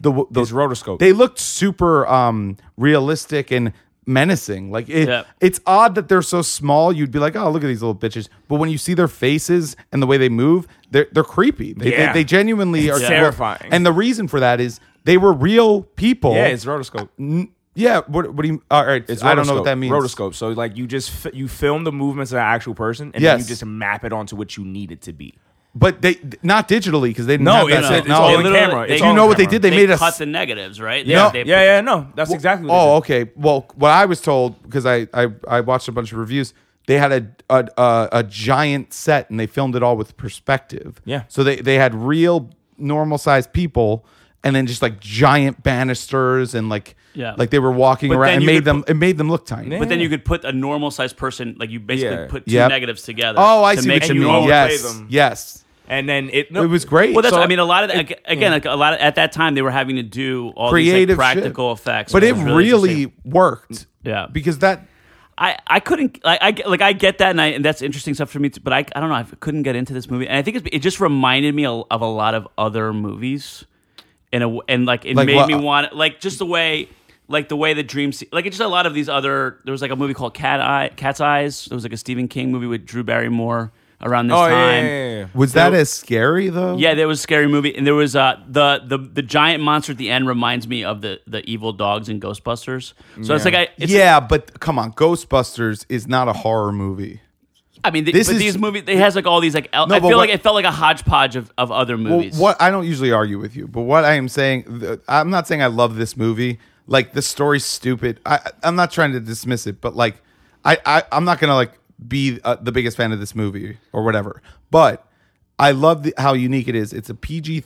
Speaker 8: the the
Speaker 9: It's rotoscope.
Speaker 8: They looked super um, realistic and menacing. Like it,
Speaker 7: Yeah.
Speaker 8: it's odd that they're so small. You'd be like, oh, look at these little bitches. But when you see their faces and the way they move, they're they're creepy. They
Speaker 9: Yeah.
Speaker 8: they, they genuinely are
Speaker 9: terrifying.
Speaker 8: And the reason for that is they were real people.
Speaker 9: yeah, it's rotoscope.
Speaker 8: N- yeah. What? What do you? All right.
Speaker 9: It's
Speaker 8: I don't know what
Speaker 9: rotoscope.
Speaker 8: that means.
Speaker 9: Rotoscope. So like you just f- you film the movements of the actual person, and then
Speaker 8: Yes.
Speaker 9: you just map it onto what you need it to be.
Speaker 8: But they not digitally because they didn't
Speaker 9: No,
Speaker 8: have that
Speaker 9: it's-
Speaker 8: technology.
Speaker 9: it's all
Speaker 7: They
Speaker 9: in
Speaker 7: literally-
Speaker 9: camera.
Speaker 7: they-
Speaker 9: It's
Speaker 7: Do you
Speaker 9: all
Speaker 8: know
Speaker 9: in
Speaker 8: what they
Speaker 9: camera.
Speaker 8: did? They, made
Speaker 7: cut
Speaker 8: us.
Speaker 7: the negatives, right?
Speaker 8: No.
Speaker 7: they,
Speaker 9: Yeah, yeah, no, that's exactly. What
Speaker 8: oh,
Speaker 9: oh,
Speaker 8: okay. Well, what I was told because I, I I watched a bunch of reviews. They had a a, a a giant set and they filmed it all with perspective.
Speaker 9: Yeah.
Speaker 8: So they they had real normal sized people and then just like giant banisters and like
Speaker 7: Yeah.
Speaker 8: like they were walking
Speaker 7: But
Speaker 8: around
Speaker 7: then
Speaker 8: and
Speaker 7: you
Speaker 8: made
Speaker 7: could
Speaker 8: them it made them look tiny.
Speaker 7: But then you could put a normal sized person, like you basically
Speaker 9: Yeah.
Speaker 7: put two
Speaker 8: Yep.
Speaker 7: negatives together.
Speaker 8: oh, I
Speaker 7: to
Speaker 8: see
Speaker 7: make
Speaker 8: what you
Speaker 7: it
Speaker 8: mean.
Speaker 7: all-
Speaker 8: Yes.
Speaker 9: them.
Speaker 8: Yes.
Speaker 9: and then it.
Speaker 8: It was great.
Speaker 7: Well, that's.
Speaker 9: So-
Speaker 7: I mean, a lot of that, again, like a lot of, at that time they were having to do all
Speaker 8: creative
Speaker 7: these like, practical
Speaker 8: shit.
Speaker 7: effects,
Speaker 8: But
Speaker 7: which
Speaker 8: it
Speaker 7: was
Speaker 8: really,
Speaker 7: interesting.
Speaker 8: worked.
Speaker 7: Yeah.
Speaker 8: Because that
Speaker 7: I, I couldn't like I get- like I get that and I and that's interesting stuff for me too, but I, I don't know I couldn't get into this movie and I think it's, it just reminded me of, of a lot of other movies in a w- and like it
Speaker 8: Like
Speaker 7: made
Speaker 8: what?
Speaker 7: me want like just the way like the way the dream se- like it's just a lot of these other there was like a movie called Cat Eye Cat's Eyes there was like a Stephen King movie with Drew Barrymore around this
Speaker 9: Oh yeah,
Speaker 7: time
Speaker 9: yeah, yeah, yeah.
Speaker 8: was that as scary though?
Speaker 7: yeah, there was a scary movie, and there was uh, the the the giant monster at the end reminds me of the the evil dogs in Ghostbusters. So it's like I it's
Speaker 8: yeah, but come on, Ghostbusters is not a horror movie.
Speaker 7: I mean, th-
Speaker 8: This
Speaker 7: but
Speaker 8: is-
Speaker 7: these movies, it has like all these like. El-
Speaker 8: No,
Speaker 7: I
Speaker 8: but
Speaker 7: feel
Speaker 8: what-
Speaker 7: like it felt like a hodgepodge of, of other
Speaker 8: Well,
Speaker 7: movies.
Speaker 8: what I don't usually argue with you, but what I am saying, th- I'm not saying I love this movie. Like the story's stupid. I, I'm not trying to dismiss it, but like, I, I I'm not gonna like be uh, the biggest fan of this movie or whatever. But I love the, how unique it is. It's a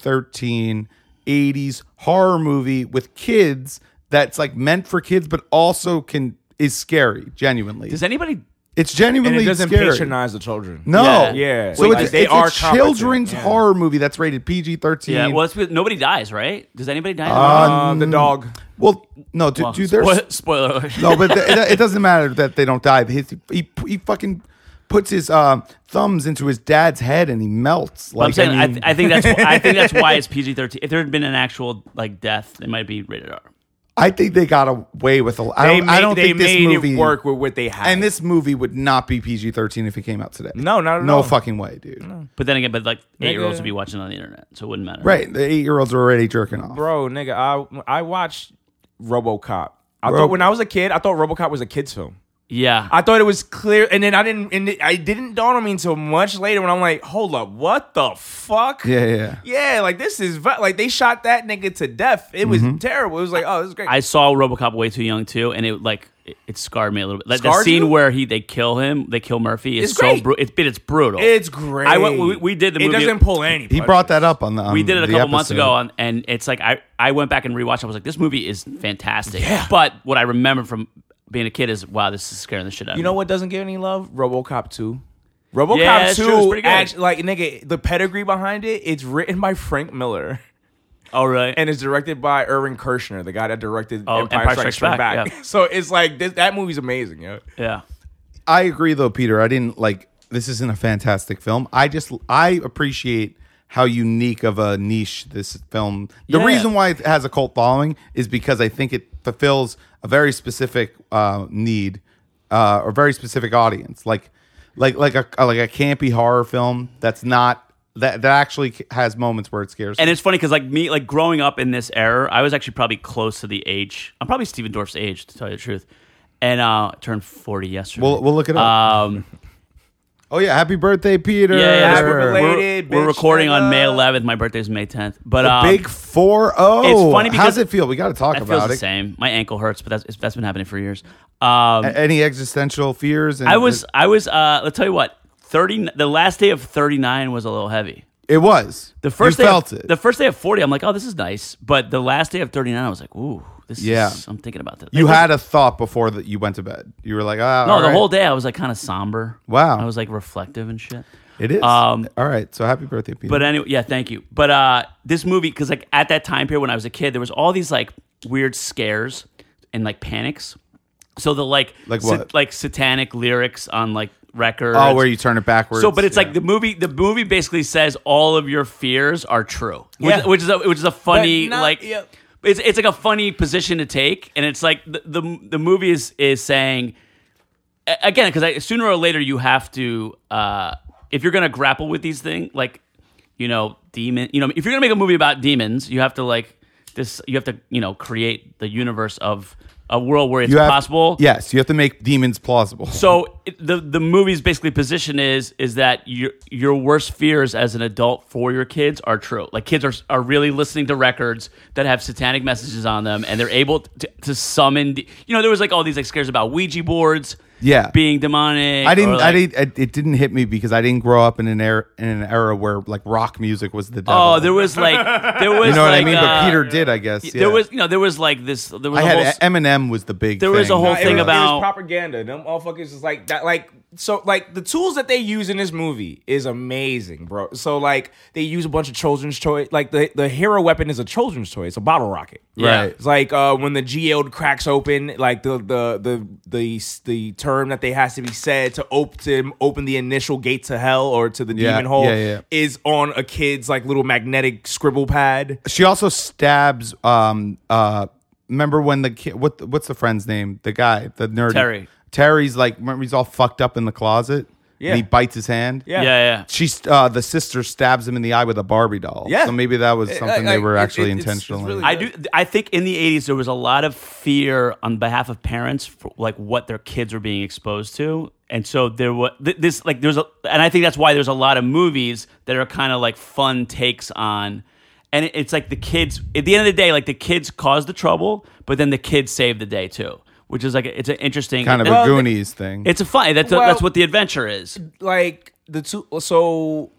Speaker 8: PG-13 80s horror movie with kids that's like meant for kids, but also can is scary. Genuinely,
Speaker 7: does anybody?
Speaker 8: it's
Speaker 9: And
Speaker 8: genuinely
Speaker 9: it doesn't
Speaker 8: scary.
Speaker 9: patronize the children.
Speaker 8: No.
Speaker 7: Yeah.
Speaker 9: Yeah.
Speaker 8: So
Speaker 9: Like,
Speaker 8: it's,
Speaker 9: they
Speaker 8: it's
Speaker 9: are
Speaker 8: a
Speaker 9: competent.
Speaker 8: children's
Speaker 9: Yeah.
Speaker 8: horror movie that's rated PG thirteen.
Speaker 7: Yeah, well, it's, nobody dies, right? Does anybody die? in the movie?
Speaker 9: Uh, the dog.
Speaker 8: Well, no, do, do there's
Speaker 7: Spoil- spoiler alert.
Speaker 8: no, but th- it, it doesn't matter that they don't die. His, he he fucking puts his um, thumbs into his dad's head and he melts.
Speaker 7: But I'm
Speaker 8: Like
Speaker 7: saying I,
Speaker 8: mean-
Speaker 7: th- I think that's wh- I think that's why it's PG-13. If there had been an actual like death, it might be rated R.
Speaker 8: I think they got away with a. I
Speaker 9: They
Speaker 8: don't, I
Speaker 9: made-
Speaker 8: don't
Speaker 9: they
Speaker 8: think this
Speaker 9: made
Speaker 8: movie
Speaker 9: it work with what they had.
Speaker 8: And this movie would not be PG thirteen if it came out today.
Speaker 9: No, not at
Speaker 8: no
Speaker 9: all.
Speaker 8: fucking way, dude.
Speaker 7: But then again, but like eight year olds
Speaker 9: Nigga.
Speaker 7: would be watching on the internet, so it wouldn't matter.
Speaker 8: Right, the eight year olds are already jerking off.
Speaker 9: bro, nigga, I I watched RoboCop. I thought when I was a kid, I thought RoboCop was a kids film.
Speaker 7: Yeah.
Speaker 9: I thought it was clear, and then I didn't. And it, I didn't dawn on me until much later when I'm like, "Hold up, what the fuck?"
Speaker 8: Yeah, yeah.
Speaker 9: yeah. Like this is vi- like they shot that nigga to death. It was
Speaker 8: Mm-hmm.
Speaker 9: terrible. It was like, oh, this is great.
Speaker 7: I saw RoboCop way too young too, and it like it, it scarred me a little bit. Like the
Speaker 9: Scarred
Speaker 7: scene
Speaker 9: you?
Speaker 7: where he they kill him, they kill Murphy. Is
Speaker 9: It's
Speaker 7: so
Speaker 9: great.
Speaker 7: brutal. It's but it's brutal.
Speaker 9: it's great.
Speaker 7: I went. We, we did the
Speaker 9: It
Speaker 7: movie.
Speaker 9: doesn't pull any.
Speaker 8: He brought that up on the. On
Speaker 7: we did it a
Speaker 8: the
Speaker 7: couple months
Speaker 8: episode.
Speaker 7: ago, on, and it's like I I went back and rewatched. I was like, this movie is fantastic. Yeah. But what I remember from being a kid is wow, this is scaring the shit out. of
Speaker 9: You know
Speaker 7: me.
Speaker 9: what doesn't get any love? RoboCop 2. RoboCop
Speaker 7: Yeah, it's
Speaker 9: 2
Speaker 7: true. It's pretty good.
Speaker 9: act- like nigga, the pedigree behind it, it's written by Frank Miller
Speaker 7: All right.
Speaker 9: and it's directed by Irvin Kershner, the guy that directed
Speaker 7: Oh,
Speaker 9: Empire, Strikes, Back.
Speaker 7: yeah.
Speaker 9: (laughs) So it's like this, that movie's amazing, yo.
Speaker 7: yeah.
Speaker 8: I agree though, Peter. I didn't like this isn't a fantastic film. I just I appreciate how unique of a niche this film. The
Speaker 7: Yeah.
Speaker 8: reason why it has a cult following is because I think it fulfills a very specific uh, need uh, or very specific audience. Like like like a uh, like a campy horror film that's not that that actually has moments where it scares.
Speaker 7: And it's funny because like me, like growing up in this era, I was actually probably close to the age. I'm probably Steven Dorff's age, to tell you the truth. And uh, I turned 40 yesterday.
Speaker 8: we'll we'll look it up.
Speaker 7: um,
Speaker 8: oh yeah, happy birthday, Peter!
Speaker 7: yeah, yeah,
Speaker 9: Happy
Speaker 7: we're,
Speaker 9: belated,
Speaker 7: we're- we're
Speaker 9: bitch,
Speaker 7: recording on
Speaker 9: nigga.
Speaker 7: May 11th. My birthday's May 10th. But um,
Speaker 8: Big four zero.
Speaker 7: It's funny because-
Speaker 8: how's it feel? We got to talk
Speaker 7: that
Speaker 8: about
Speaker 7: feels the
Speaker 8: it.
Speaker 7: same. My ankle hurts, but that's it's- that's been happening for years. Um,
Speaker 8: A- any existential fears? And
Speaker 7: I was I was uh, let's tell you what. 30. The last day of 39 was a little heavy.
Speaker 8: It was
Speaker 7: The first
Speaker 8: you
Speaker 7: day
Speaker 8: felt
Speaker 7: of,
Speaker 8: it.
Speaker 7: The first day of 40, I'm like, oh, this is nice. But the last day of 39, I was like, ooh, this
Speaker 8: Yeah.
Speaker 7: is. I'm thinking about this.
Speaker 8: you
Speaker 7: Like, this-
Speaker 8: had a thought before that you went to bed. You were like, ah,
Speaker 7: No,
Speaker 8: all
Speaker 7: the
Speaker 8: right.
Speaker 7: whole day I was like kind of somber.
Speaker 8: Wow.
Speaker 7: I was like reflective and shit.
Speaker 8: It is.
Speaker 7: Um,
Speaker 8: all right. So happy birthday, Peter.
Speaker 7: But anyway, yeah, thank you. But uh, this movie, because like at that time period when I was a kid, there was all these like weird scares and like panics. So the like
Speaker 8: Like what?
Speaker 7: like satanic lyrics on like records.
Speaker 8: oh, where you turn it backwards.
Speaker 7: So, but it's
Speaker 8: Yeah.
Speaker 7: like the movie. The movie basically says all of your fears are true, which,
Speaker 9: Yeah.
Speaker 7: which is a, which is a funny
Speaker 9: not-
Speaker 7: like.
Speaker 9: yeah.
Speaker 7: It's, it's like a funny position to take, and it's like the the, the movie is is saying a- again because sooner or later you have to uh, if you're gonna grapple with these things like you know demon you know if you're gonna make a movie about demons you have to like this you have to you know create the universe of a world where it's
Speaker 8: You have-
Speaker 7: possible
Speaker 8: Yes, you have to make demons plausible.
Speaker 7: so it, the the movie's basically position is is that your your worst fears as an adult for your kids are true. Like kids are are really listening to records that have satanic messages on them, and they're able to, to summon. the- you know, there was like all these like scares about Ouija boards,
Speaker 8: Yeah.
Speaker 7: being demonic.
Speaker 8: I didn't.
Speaker 7: or,
Speaker 8: I
Speaker 7: like-
Speaker 8: didn't. I- It didn't hit me because I didn't grow up in an era in an era where like rock music was the devil.
Speaker 7: Oh, there was like there was
Speaker 8: You know what
Speaker 7: like,
Speaker 8: I mean?
Speaker 7: uh,
Speaker 8: but Peter did, I guess. yeah.
Speaker 7: There was you know there was like this. There was
Speaker 8: I
Speaker 7: a whole,
Speaker 8: had
Speaker 7: s-
Speaker 8: Eminem was the big.
Speaker 7: There was a
Speaker 8: thing.
Speaker 7: whole
Speaker 9: It
Speaker 7: thing
Speaker 9: was- it was
Speaker 7: about-
Speaker 9: propaganda. Them motherfuckers is like that. Like so, like the tools that they use in this movie is amazing, bro. So like they use a bunch of children's toy. Like the the hero weapon is a children's toy. It's a bottle rocket.
Speaker 7: yeah.
Speaker 8: Right.
Speaker 9: It's like uh, when the GL cracks open, like the the the the the term that they has to be said to open to open the initial gate to hell or to the
Speaker 8: Yeah,
Speaker 9: demon hole
Speaker 8: yeah, yeah.
Speaker 9: is on a kid's like little magnetic scribble pad.
Speaker 8: She also stabs. Um. Uh. Remember when the kid? What? What's the friend's name? The guy, the nerd.
Speaker 7: Terry.
Speaker 8: Terry's like. Remember, he's all fucked up in the closet.
Speaker 9: Yeah.
Speaker 8: And he bites his hand.
Speaker 9: Yeah.
Speaker 7: yeah yeah.
Speaker 8: She's uh, the sister stabs him in the eye with a Barbie doll.
Speaker 9: Yeah.
Speaker 8: So maybe that was
Speaker 9: It-
Speaker 8: something they
Speaker 9: like,
Speaker 8: were
Speaker 9: it-
Speaker 8: actually
Speaker 9: it's- it's
Speaker 8: intentionally.
Speaker 9: really-
Speaker 7: I do. I think in the '80s there was a lot of fear on behalf of parents, for, like what their kids were being exposed to, and so there was th- this like there's a, and I think that's why there's a lot of movies that are kind of like fun takes on, and it, it's like the kids at the end of the day, like the kids cause the trouble, but then the kids save the day too, which is like it's an interesting
Speaker 8: kind of
Speaker 7: that-
Speaker 8: a Goonies thing.
Speaker 7: It's a fun. That's
Speaker 9: Well-
Speaker 7: that's what the adventure is.
Speaker 9: Like the two. So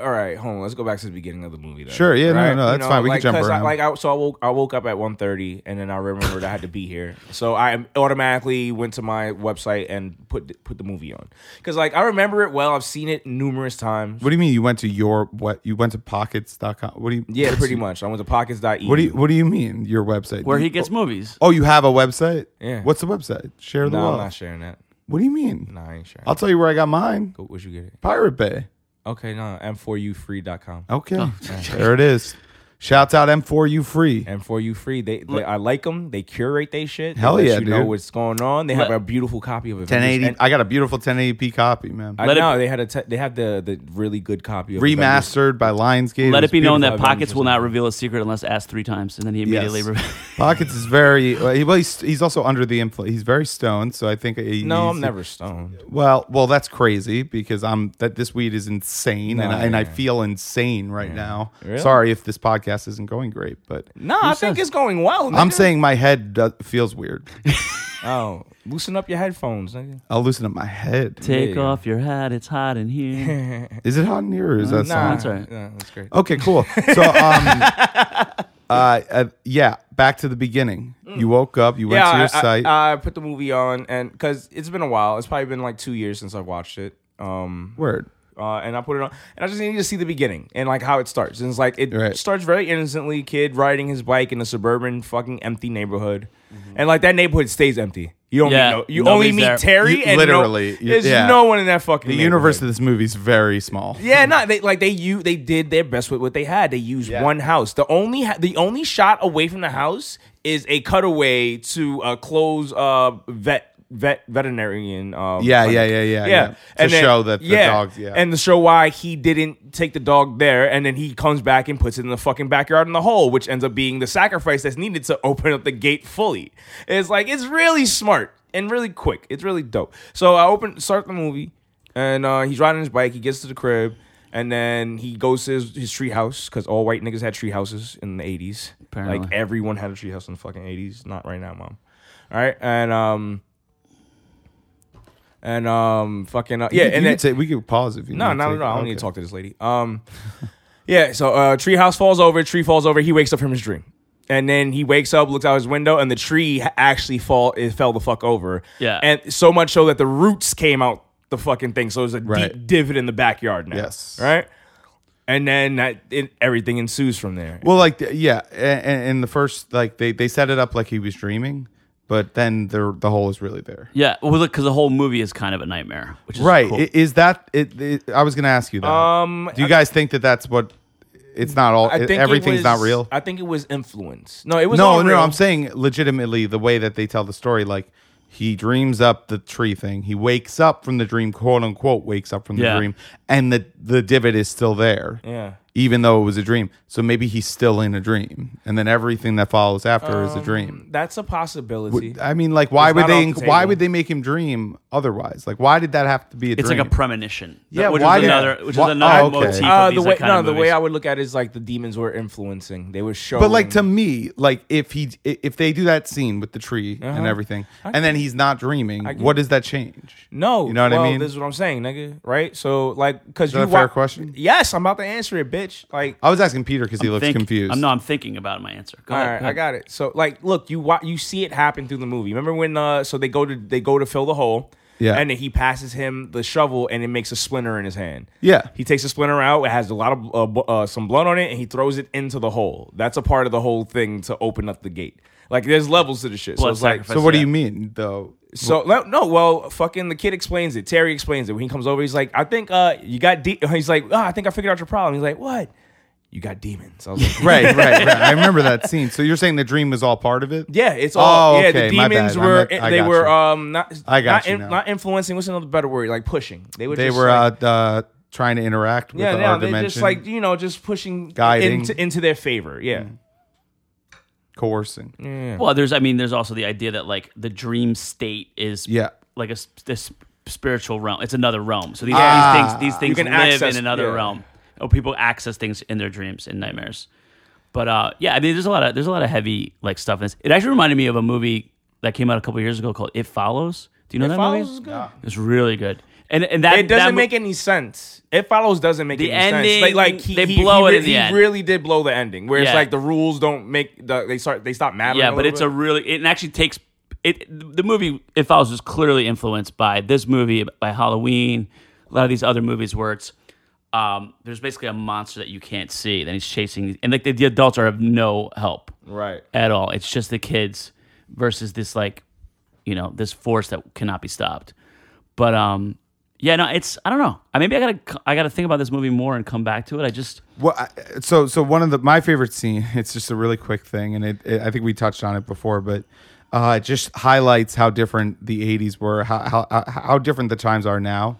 Speaker 9: all right, hold on. Let's go back to the beginning of the movie. Though,
Speaker 8: Sure, yeah, no,
Speaker 9: Right?
Speaker 8: no, that's fine, we can
Speaker 9: like,
Speaker 8: jump
Speaker 9: 'cause I,
Speaker 8: around.
Speaker 9: like I, so I woke I woke up at 1.30 and then I remembered I had to be here, so I automatically went to my website and put th- put the movie on because like I remember it well. I've seen it numerous times.
Speaker 8: what do you mean you went to your what? You went to pockets.com. What do you?
Speaker 9: Yeah,
Speaker 8: what's-
Speaker 9: pretty much. I went to E pockets.edu.
Speaker 8: What do you? What do you mean your website?
Speaker 7: Where
Speaker 8: You-
Speaker 7: he gets movies.
Speaker 8: Oh, you have a website.
Speaker 9: Yeah.
Speaker 8: What's the website? Share the
Speaker 9: No, I'm
Speaker 8: love.
Speaker 9: not sharing that.
Speaker 8: What do you mean?
Speaker 9: No, I ain't sharing.
Speaker 8: I'll tell you where I got mine.
Speaker 9: What would you get it?
Speaker 8: Pirate Bay.
Speaker 9: Okay, no, m4ufree.com.
Speaker 8: Okay. there it is. Shouts out M4U Free.
Speaker 9: And for you free, they, they I like them. They curate they shit. They
Speaker 8: Hell
Speaker 9: let
Speaker 8: yeah,
Speaker 9: you know
Speaker 8: dude.
Speaker 9: what's going on. They have
Speaker 7: Let-
Speaker 9: a beautiful copy of it.
Speaker 8: 1080. I got a beautiful 1080p copy, man.
Speaker 9: I
Speaker 7: Let it
Speaker 9: know
Speaker 7: be-
Speaker 9: they had a te- they have the the really good copy of Avengers.
Speaker 8: Remastered by Lionsgate.
Speaker 7: Let it be known that
Speaker 9: beautiful.
Speaker 7: Pockets will not reveal a secret unless asked three times, and then he immediately.
Speaker 8: (laughs) Yes.
Speaker 7: re-
Speaker 8: Pockets is very well, he- well, he's, he's also under the influence. He's very stoned, so I think he-
Speaker 9: No,
Speaker 8: he's-
Speaker 9: I'm never stoned.
Speaker 8: Well, well, that's crazy because I'm that this weed is insane, and, I, and I
Speaker 9: yeah.
Speaker 8: feel insane right now.
Speaker 9: Really?
Speaker 8: Sorry if this podcast isn't going great, but
Speaker 9: No, I think it's going well.
Speaker 8: I'm
Speaker 9: nigga.
Speaker 8: saying my head do- feels
Speaker 9: (laughs)
Speaker 8: weird.
Speaker 9: Oh, loosen up your headphones. Nigga.
Speaker 8: I'll loosen up my head.
Speaker 7: Take
Speaker 9: Yeah.
Speaker 7: off your hat, it's hot in here.
Speaker 8: Is it hot in here? Or is that
Speaker 9: Nah,
Speaker 8: song?
Speaker 7: that's all right.
Speaker 9: nah, that's great.
Speaker 8: Okay, cool. So,
Speaker 9: (laughs)
Speaker 8: um, uh, uh, yeah, back to the beginning. You woke up. You went to
Speaker 9: Mm. yeah,
Speaker 8: your
Speaker 9: I,
Speaker 8: site.
Speaker 9: I, uh, I put the movie on, and because it's been a while, it's probably been like two years since I watched it. Um,
Speaker 8: Word.
Speaker 9: uh, and I put it on, and I just needed to see the beginning and like how it starts. And it's like it
Speaker 8: Right.
Speaker 9: starts very innocently, kid riding his bike in a suburban fucking empty neighborhood, and like that neighborhood stays empty. You don't
Speaker 7: Yeah,
Speaker 9: meet no, you
Speaker 7: nobody's
Speaker 9: only meet
Speaker 7: there.
Speaker 9: Terry
Speaker 8: You-
Speaker 9: and no-
Speaker 8: literally, you-
Speaker 9: there's
Speaker 8: yeah.
Speaker 9: no one in that fucking
Speaker 8: The universe
Speaker 9: neighborhood.
Speaker 8: of this movie is very small.
Speaker 9: Yeah, no, they like they you they did their best with what they had. They used one house. The only ha- the only shot away from the house is a cutaway to a close uh vet vet veterinarian. Um,
Speaker 8: Yeah,
Speaker 9: clinic.
Speaker 8: yeah, yeah, yeah, yeah. To
Speaker 9: then-
Speaker 8: show that the dogs- yeah.
Speaker 9: and to show why he didn't take the dog there, and then he comes back and puts it in the fucking backyard in the hole, which ends up being the sacrifice that's needed to (laughs) open up the gate fully. It's like it's really smart and really quick. It's really dope. So I open start the movie, and uh, he's riding his bike. He gets to the crib. And then he goes to his, his tree house because all white niggas had tree houses in the 80s.
Speaker 7: Apparently.
Speaker 9: Like everyone had a tree house in the fucking 80s. Not right now, mom. All right. And, um, and, um, fucking, uh, yeah.
Speaker 8: You
Speaker 9: and
Speaker 8: could
Speaker 9: then,
Speaker 8: say- we could pause if you.
Speaker 9: no,
Speaker 8: need
Speaker 9: no,
Speaker 8: to.
Speaker 9: no, no. I don't need
Speaker 8: Okay.
Speaker 9: to talk to this lady. Um, (laughs) yeah. So, uh, tree house falls over. Tree falls over. He wakes up from his dream, and then he wakes up, looks out his window, and the tree ha- actually fall. It fell the fuck over.
Speaker 7: Yeah.
Speaker 9: And so much so that the roots came out the fucking thing. So there's a
Speaker 8: Right.
Speaker 9: deep divot in the backyard now.
Speaker 8: Yes.
Speaker 9: Right. And then that it, everything ensues from there.
Speaker 8: Well, like th- yeah, and in the first like they they set it up like he was dreaming, but then the the hole is really there.
Speaker 7: yeah, well, look, because the whole movie is kind of a nightmare, which is
Speaker 8: Right?
Speaker 7: cool.
Speaker 8: I- Is that it, it- I was gonna ask you that.
Speaker 9: Um,
Speaker 8: Do you guys think that that's what? It's not all.
Speaker 9: I think it
Speaker 8: everything's
Speaker 9: was-
Speaker 8: not real.
Speaker 9: I think it was influence. No, it was
Speaker 8: No,
Speaker 9: all
Speaker 8: no,
Speaker 9: real.
Speaker 8: I'm saying legitimately the way that they tell the story, like he dreams up the tree thing. He wakes up from the dream, quote unquote, wakes up from the
Speaker 7: Yeah.
Speaker 8: dream, and the the divot is still there.
Speaker 9: Yeah.
Speaker 8: Even though it was a dream, so maybe he's still in a dream, and then everything that follows after is a dream.
Speaker 9: That's a possibility.
Speaker 8: I mean, like, why
Speaker 9: Um, It's
Speaker 8: would
Speaker 9: not
Speaker 8: they?
Speaker 9: off the
Speaker 8: why
Speaker 9: table.
Speaker 8: would they make him dream otherwise? Like, why did that have to be a
Speaker 7: it's
Speaker 8: dream?
Speaker 7: like a premonition.
Speaker 8: Yeah,
Speaker 7: which
Speaker 8: why
Speaker 7: is
Speaker 8: did-
Speaker 7: another, which
Speaker 8: why-
Speaker 7: is another
Speaker 8: oh, okay.
Speaker 7: motif.
Speaker 9: Uh,
Speaker 7: of
Speaker 9: the
Speaker 7: these
Speaker 9: way
Speaker 7: kind
Speaker 9: no,
Speaker 7: of
Speaker 9: the way
Speaker 7: movies.
Speaker 9: I would look at it is like the demons were influencing. They were showing.
Speaker 8: But like to me, like if he if they do that scene with the tree
Speaker 9: Uh-huh.
Speaker 8: and everything, and then he's not dreaming, what does that change?
Speaker 9: no,
Speaker 8: you know what
Speaker 9: well,
Speaker 8: I mean.
Speaker 9: This is what I'm saying, nigga. Right? So like, because
Speaker 8: that
Speaker 9: you
Speaker 8: a fair
Speaker 9: wa-
Speaker 8: question?
Speaker 9: Yes, I'm about to answer it, bitch. Like,
Speaker 8: I was asking Peter because he looks
Speaker 7: Think-
Speaker 8: confused.
Speaker 7: I'm, no, I'm thinking about my answer. Go
Speaker 8: Uh,
Speaker 9: all
Speaker 7: ahead,
Speaker 9: right,
Speaker 7: go
Speaker 9: I
Speaker 7: ahead.
Speaker 9: got it. So like, look, you wa- you see it happen through the movie. Remember when? Uh, so they go to they go to fill the hole.
Speaker 8: Yeah.
Speaker 9: And then he passes him the shovel, and it makes a splinter in his hand.
Speaker 8: Yeah.
Speaker 9: He takes a splinter out. It has a lot of uh, bu- uh, some blood on it, and he throws it into the hole. That's a part of the whole thing to open up the gate. Like, there's levels to the shit. so
Speaker 7: Blood
Speaker 9: it's like,
Speaker 7: sacrifice.
Speaker 8: So what do
Speaker 7: Yeah.
Speaker 8: you mean though?
Speaker 9: So no, no, well, fucking the kid explains it. Terry explains it when he comes over. He's like, I think uh, you got. De-. (laughs) He's like, oh, I think I figured out your problem. He's like, what? You got demons. I
Speaker 8: (laughs)
Speaker 9: was
Speaker 8: (laughs)
Speaker 9: like,
Speaker 8: Right, right, right. I remember that scene. So you're saying the dream was all part of it?
Speaker 9: yeah, it's all.
Speaker 8: Oh,
Speaker 9: yeah,
Speaker 8: okay,
Speaker 9: the
Speaker 8: my
Speaker 9: demons
Speaker 8: bad. I
Speaker 9: were.
Speaker 8: meant- I
Speaker 9: they
Speaker 8: got
Speaker 9: were
Speaker 8: you.
Speaker 9: um not.
Speaker 8: I got
Speaker 9: not,
Speaker 8: you
Speaker 9: in-
Speaker 8: now.
Speaker 9: not influencing. What's another better word? Like pushing. They were.
Speaker 8: They
Speaker 9: just
Speaker 8: were
Speaker 9: like,
Speaker 8: uh, uh, trying to interact with
Speaker 9: yeah,
Speaker 8: our
Speaker 9: yeah, they're
Speaker 8: dimension,
Speaker 9: just like you know, just pushing
Speaker 8: Guiding. Mm.
Speaker 9: into, into their favor. Yeah.
Speaker 8: coercing.
Speaker 7: Well, there's, I mean, there's also the idea that like the dream state is
Speaker 8: Yeah.
Speaker 7: like a s- this spiritual realm. It's another realm. So these,
Speaker 8: Ah.
Speaker 7: these things, these things
Speaker 9: can
Speaker 7: live
Speaker 9: access-
Speaker 7: in another
Speaker 9: yeah.
Speaker 7: realm. Oh, people access things in their dreams and nightmares. But uh, yeah, I mean, there's a lot of there's a lot of heavy like stuff in this. It actually reminded me of a movie that came out a couple years ago called It Follows. Do you know that
Speaker 9: Follows is
Speaker 7: movie?
Speaker 9: good.
Speaker 7: It's really good. And and that
Speaker 9: It doesn't
Speaker 7: that mo-
Speaker 9: make any sense. It follows doesn't make
Speaker 7: The
Speaker 9: any
Speaker 7: ending,
Speaker 9: sense. Like, like he,
Speaker 7: they
Speaker 9: he-
Speaker 7: blow
Speaker 9: he
Speaker 7: it
Speaker 9: re-
Speaker 7: in the
Speaker 9: he
Speaker 7: end.
Speaker 9: really did blow the ending, where it's
Speaker 7: Yeah.
Speaker 9: like the rules don't make the, they start they stop mattering.
Speaker 7: Yeah,
Speaker 9: a
Speaker 7: but
Speaker 9: little
Speaker 7: it's
Speaker 9: bit.
Speaker 7: a really it actually takes it the movie It Follows is clearly influenced by this movie by Halloween, a lot of these other movies where it's um there's basically a monster that you can't see then he's chasing and like the, the adults are of no help
Speaker 9: Right.
Speaker 7: at all. It's just the kids versus this like you know this force that cannot be stopped. But um Yeah, no, it's I don't know. I maybe I gotta c- I gotta think about this movie more and come back to it. I just
Speaker 8: Well, I, so so one of the my favorite scene. (laughs) It's just a really quick thing, and it, it I think we touched on it before, but uh, it just highlights how different the '80s were, how how, how different the times are now.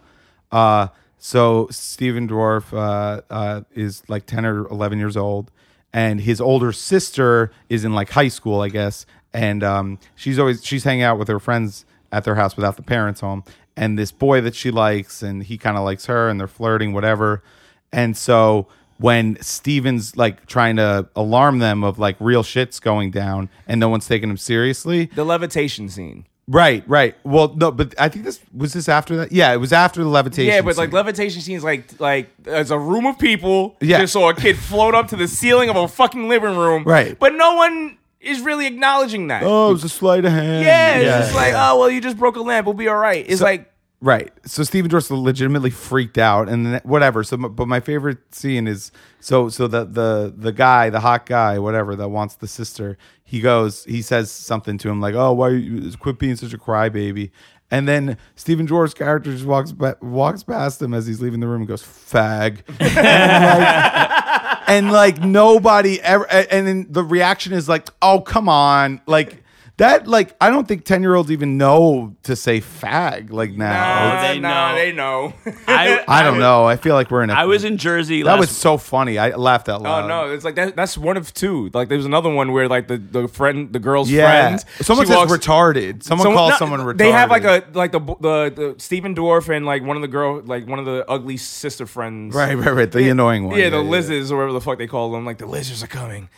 Speaker 8: Uh, so Stephen Dwarf uh, uh, is like ten or eleven years old, and his older sister is in like high school, I guess, and um, she's always she's hanging out with her friends at their house without the parents home, and this boy that she likes, and he kind of likes her, and they're flirting, whatever. And so when Steven's like trying to alarm them of like real shit's going down and no one's taking him seriously.
Speaker 9: The levitation scene.
Speaker 8: Right, right. Well, no, but I think this was this after that. Yeah, it was after the levitation.
Speaker 9: Yeah, but like
Speaker 8: scene.
Speaker 9: levitation scenes, like like there's a room of people.
Speaker 8: Yeah.
Speaker 9: Just saw a kid float up to the ceiling of a fucking living room.
Speaker 8: Right.
Speaker 9: But no one is really acknowledging that.
Speaker 8: oh, it was a sleight of hand.
Speaker 9: yeah, it's just like,
Speaker 8: yeah.
Speaker 9: oh well, you just broke a lamp. We'll be all right. It's
Speaker 8: So-
Speaker 9: like
Speaker 8: Right. So Stephen Dorff legitimately freaked out, and then whatever. So, but my favorite scene is so so the the the guy, the hot guy, whatever that wants the sister. He goes, he says something to him like, "Oh, why are you quit being such a crybaby?" And then Stephen Dorff's character just walks ba- walks past him as he's leaving the room and goes, "Fag," and like nobody ever. a- And then the reaction is like, "Oh, come on!" Like. That like I don't think ten year olds even know to say fag like now.
Speaker 7: (laughs)
Speaker 9: nah,
Speaker 7: they
Speaker 9: nah,
Speaker 7: know.
Speaker 9: they know.
Speaker 7: (laughs) I
Speaker 8: I don't know. I feel like we're in a.
Speaker 7: I was in Jersey
Speaker 8: That
Speaker 7: last
Speaker 8: was so funny. I laughed out loud.
Speaker 9: (laughs) Oh no! It's like that. That's one of two. Like there was another one where like the, the friend, the girl's
Speaker 8: Yeah.
Speaker 9: friend.
Speaker 8: Someone
Speaker 9: she
Speaker 8: says
Speaker 9: walks-
Speaker 8: retarded. Someone
Speaker 9: Someone-
Speaker 8: calls
Speaker 9: no,
Speaker 8: someone retarded.
Speaker 9: They have like a like the the, the Stephen Dwarf and like one of the girl like one of the ugly sister friends.
Speaker 8: right, right, right. The annoying one.
Speaker 9: Yeah, the lizards or whatever the fuck they call them. Like the lizards are coming.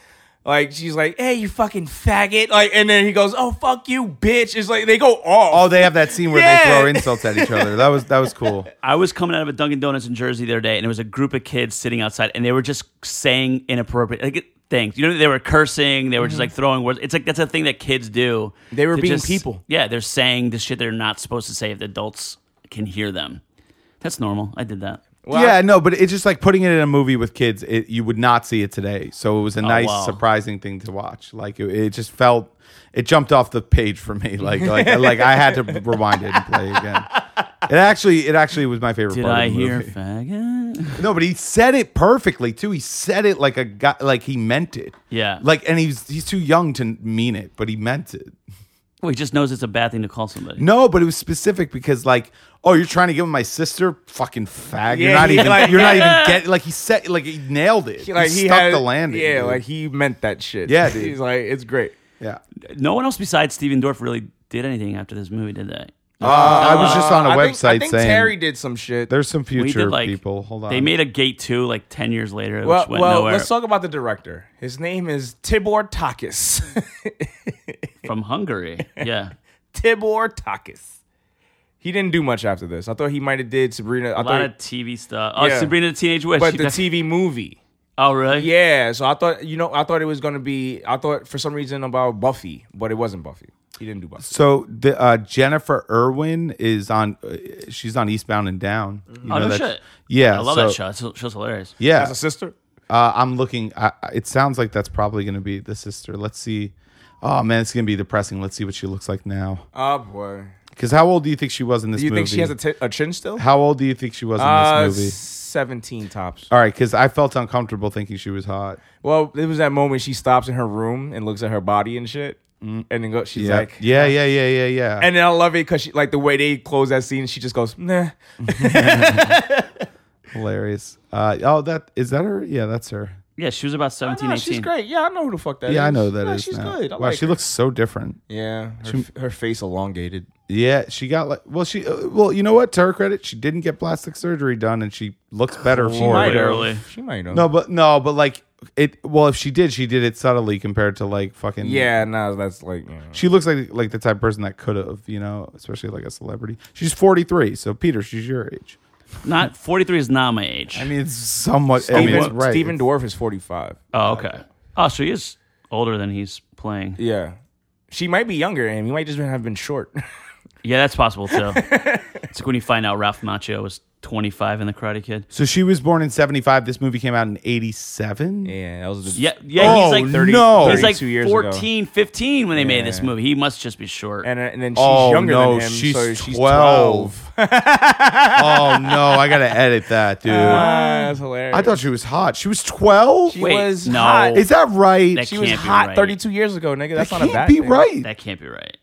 Speaker 9: Like she's like, hey, you fucking faggot. Like, and then he goes, oh fuck you, bitch. It's like they go
Speaker 8: Oh,
Speaker 9: off.
Speaker 8: they have that scene where
Speaker 9: (laughs) Yeah.
Speaker 8: they throw insults at each other. That was that was
Speaker 9: (laughs)
Speaker 8: cool.
Speaker 7: I was coming out of a Dunkin' Donuts in Jersey the other day, and there was a group of kids sitting outside, and they were just saying inappropriate like, things. You know, they were cursing, they were just like throwing words. It's like that's a thing that kids do.
Speaker 9: Mm-hmm. They were
Speaker 7: to
Speaker 9: being
Speaker 7: just-
Speaker 9: people.
Speaker 7: Yeah, they're saying the shit they're not supposed to say if the adults can hear them. That's normal. I did that.
Speaker 8: yeah, no, but it's just like putting it in a movie with kids. It, you would not see it today, so it was
Speaker 9: Oh,
Speaker 8: a nice,
Speaker 7: wow.
Speaker 8: surprising thing to watch. Like it, it just felt, it jumped off the page for me. (laughs) Like like like I had to rewind it and play
Speaker 9: (laughs)
Speaker 8: again. It actually, it actually was my favorite.
Speaker 7: Did
Speaker 8: part
Speaker 7: I
Speaker 8: of the
Speaker 7: hear
Speaker 8: movie.
Speaker 7: faggot?
Speaker 8: No, but he said it perfectly too. He said it like a guy, like he meant it.
Speaker 7: Yeah.
Speaker 8: Like, and he's he's too young to mean it, but he meant it.
Speaker 7: Well, he just knows it's a bad thing to call somebody.
Speaker 8: No, but it was specific because, like, oh, you're trying to give him my sister, fucking fag. you're
Speaker 9: Yeah,
Speaker 8: not
Speaker 9: he,
Speaker 8: even.
Speaker 9: like-
Speaker 8: you're not
Speaker 9: (laughs)
Speaker 8: even getting. Like he said, like he nailed it.
Speaker 9: He, like
Speaker 8: he, stuck the landing.
Speaker 9: Yeah,
Speaker 8: dude.
Speaker 9: like he meant that shit. (laughs)
Speaker 8: Yeah, dude.
Speaker 9: he's like, it's great.
Speaker 8: yeah.
Speaker 7: No one else besides Steven Dorff really did anything after this movie, did they?
Speaker 8: Uh, I was just on a
Speaker 9: I think-
Speaker 8: website
Speaker 9: I think
Speaker 8: saying
Speaker 9: Terry did some shit.
Speaker 8: there's some
Speaker 7: We
Speaker 8: future
Speaker 7: did like
Speaker 8: people. Hold on.
Speaker 7: They made a gate two like ten years later,
Speaker 9: well,
Speaker 7: which went
Speaker 9: well
Speaker 7: nowhere.
Speaker 9: let's talk about the director. His name is Tibor Takis. (laughs)
Speaker 7: from Hungary. Yeah.
Speaker 9: Tibor Takis. He didn't do much after this. I thought he might have did Sabrina. I
Speaker 7: A lot
Speaker 9: thought,
Speaker 7: of TV stuff. Oh,
Speaker 9: Yeah.
Speaker 7: Sabrina the Teenage Witch.
Speaker 9: but
Speaker 7: She
Speaker 9: the
Speaker 7: def-
Speaker 9: TV movie.
Speaker 7: oh, really?
Speaker 9: Yeah, so I thought you know I thought it was gonna be I thought for some reason about Buffy, but it wasn't Buffy. He didn't do Buffy.
Speaker 8: So the uh, Jennifer Irwin is on. Uh, she's on Eastbound and Down. You
Speaker 7: Oh, no
Speaker 8: that's-
Speaker 7: shit.
Speaker 8: Yeah,
Speaker 7: I love
Speaker 8: so-
Speaker 7: that show. It's, show's hilarious.
Speaker 8: Yeah,
Speaker 9: As a sister,
Speaker 8: Uh, I'm looking. I, I- it sounds like that's probably going to be the sister. Let's see. Oh man, it's going to be depressing. Let's see what she looks like now.
Speaker 9: oh boy.
Speaker 8: Because how old do you think she was in this
Speaker 9: Do you
Speaker 8: movie?
Speaker 9: think she has a, t- a chin still?
Speaker 8: how old do you think she was in
Speaker 9: uh,
Speaker 8: this movie?
Speaker 9: seventeen tops.
Speaker 8: All right, because I felt uncomfortable thinking she was hot.
Speaker 9: Well, it was that moment she stops in her room and looks at her body and shit, and then go, she's
Speaker 8: Mm. Yeah,
Speaker 9: like,
Speaker 8: yeah, yeah, yeah, yeah, yeah.
Speaker 9: And then I love it because she like the way they close that scene. She just goes, nah.
Speaker 8: Hilarious. Uh, oh, that is that her? Yeah, that's her.
Speaker 7: Yeah, she was about 17,
Speaker 9: Nah,
Speaker 7: 18.
Speaker 9: she's great. Yeah, I know who the fuck that is.
Speaker 8: Yeah, I know who that is.
Speaker 9: Nah, She's
Speaker 8: now.
Speaker 9: good. I
Speaker 8: wow,
Speaker 9: like
Speaker 8: she
Speaker 9: her.
Speaker 8: looks so different.
Speaker 9: Yeah, her, f- her face elongated.
Speaker 8: Yeah, she got like well, she uh, well, you know what? To her credit, she didn't get plastic surgery done, and she looks better
Speaker 9: She
Speaker 8: for
Speaker 9: might
Speaker 8: it.
Speaker 7: Literally.
Speaker 9: have. She might have.
Speaker 8: No, but no, but like it. Well, if she did, she did it subtly compared to like fucking.
Speaker 9: Yeah, no, that's like. you know.
Speaker 8: She looks like like the type of person that could have, you know, especially like a celebrity. She's forty three, so Peter, she's your age.
Speaker 7: Not 43 is not my age.
Speaker 8: I mean, it's somewhat. I mean,
Speaker 9: Steven,
Speaker 8: it's right.
Speaker 9: Steven Dwarf is 45.
Speaker 7: oh, okay. Oh, so he is older than he's playing.
Speaker 9: Yeah. She might be younger and he might just have been short. (laughs)
Speaker 7: Yeah, that's possible too. it's like when you find out Ralph Macchio was 25 in The Karate Kid.
Speaker 8: So she was born in 75. This movie came out in 87.
Speaker 9: Yeah, that was the,
Speaker 7: Yeah, yeah,
Speaker 8: Oh,
Speaker 7: he's like
Speaker 8: 30 no.
Speaker 7: he's like
Speaker 9: 32 years
Speaker 7: 14, 15 when they made this
Speaker 9: Yeah.
Speaker 7: movie. He must just be short.
Speaker 9: and, and then she's
Speaker 8: Oh,
Speaker 9: younger
Speaker 8: no,
Speaker 9: than him.
Speaker 8: she's,
Speaker 9: so she's
Speaker 8: 12. oh, no. I got to edit that, dude.
Speaker 9: Ah, that's hilarious.
Speaker 8: I thought she was hot. She was 12?
Speaker 9: she
Speaker 7: Wait,
Speaker 9: was
Speaker 7: no.
Speaker 9: hot.
Speaker 8: Is that right?
Speaker 7: That
Speaker 9: she was
Speaker 7: can't be
Speaker 9: hot
Speaker 7: right.
Speaker 9: 32 years ago, nigga.
Speaker 8: that
Speaker 9: That's
Speaker 8: can't
Speaker 9: not a bad
Speaker 8: be
Speaker 9: thing.
Speaker 8: right.
Speaker 7: that can't be right.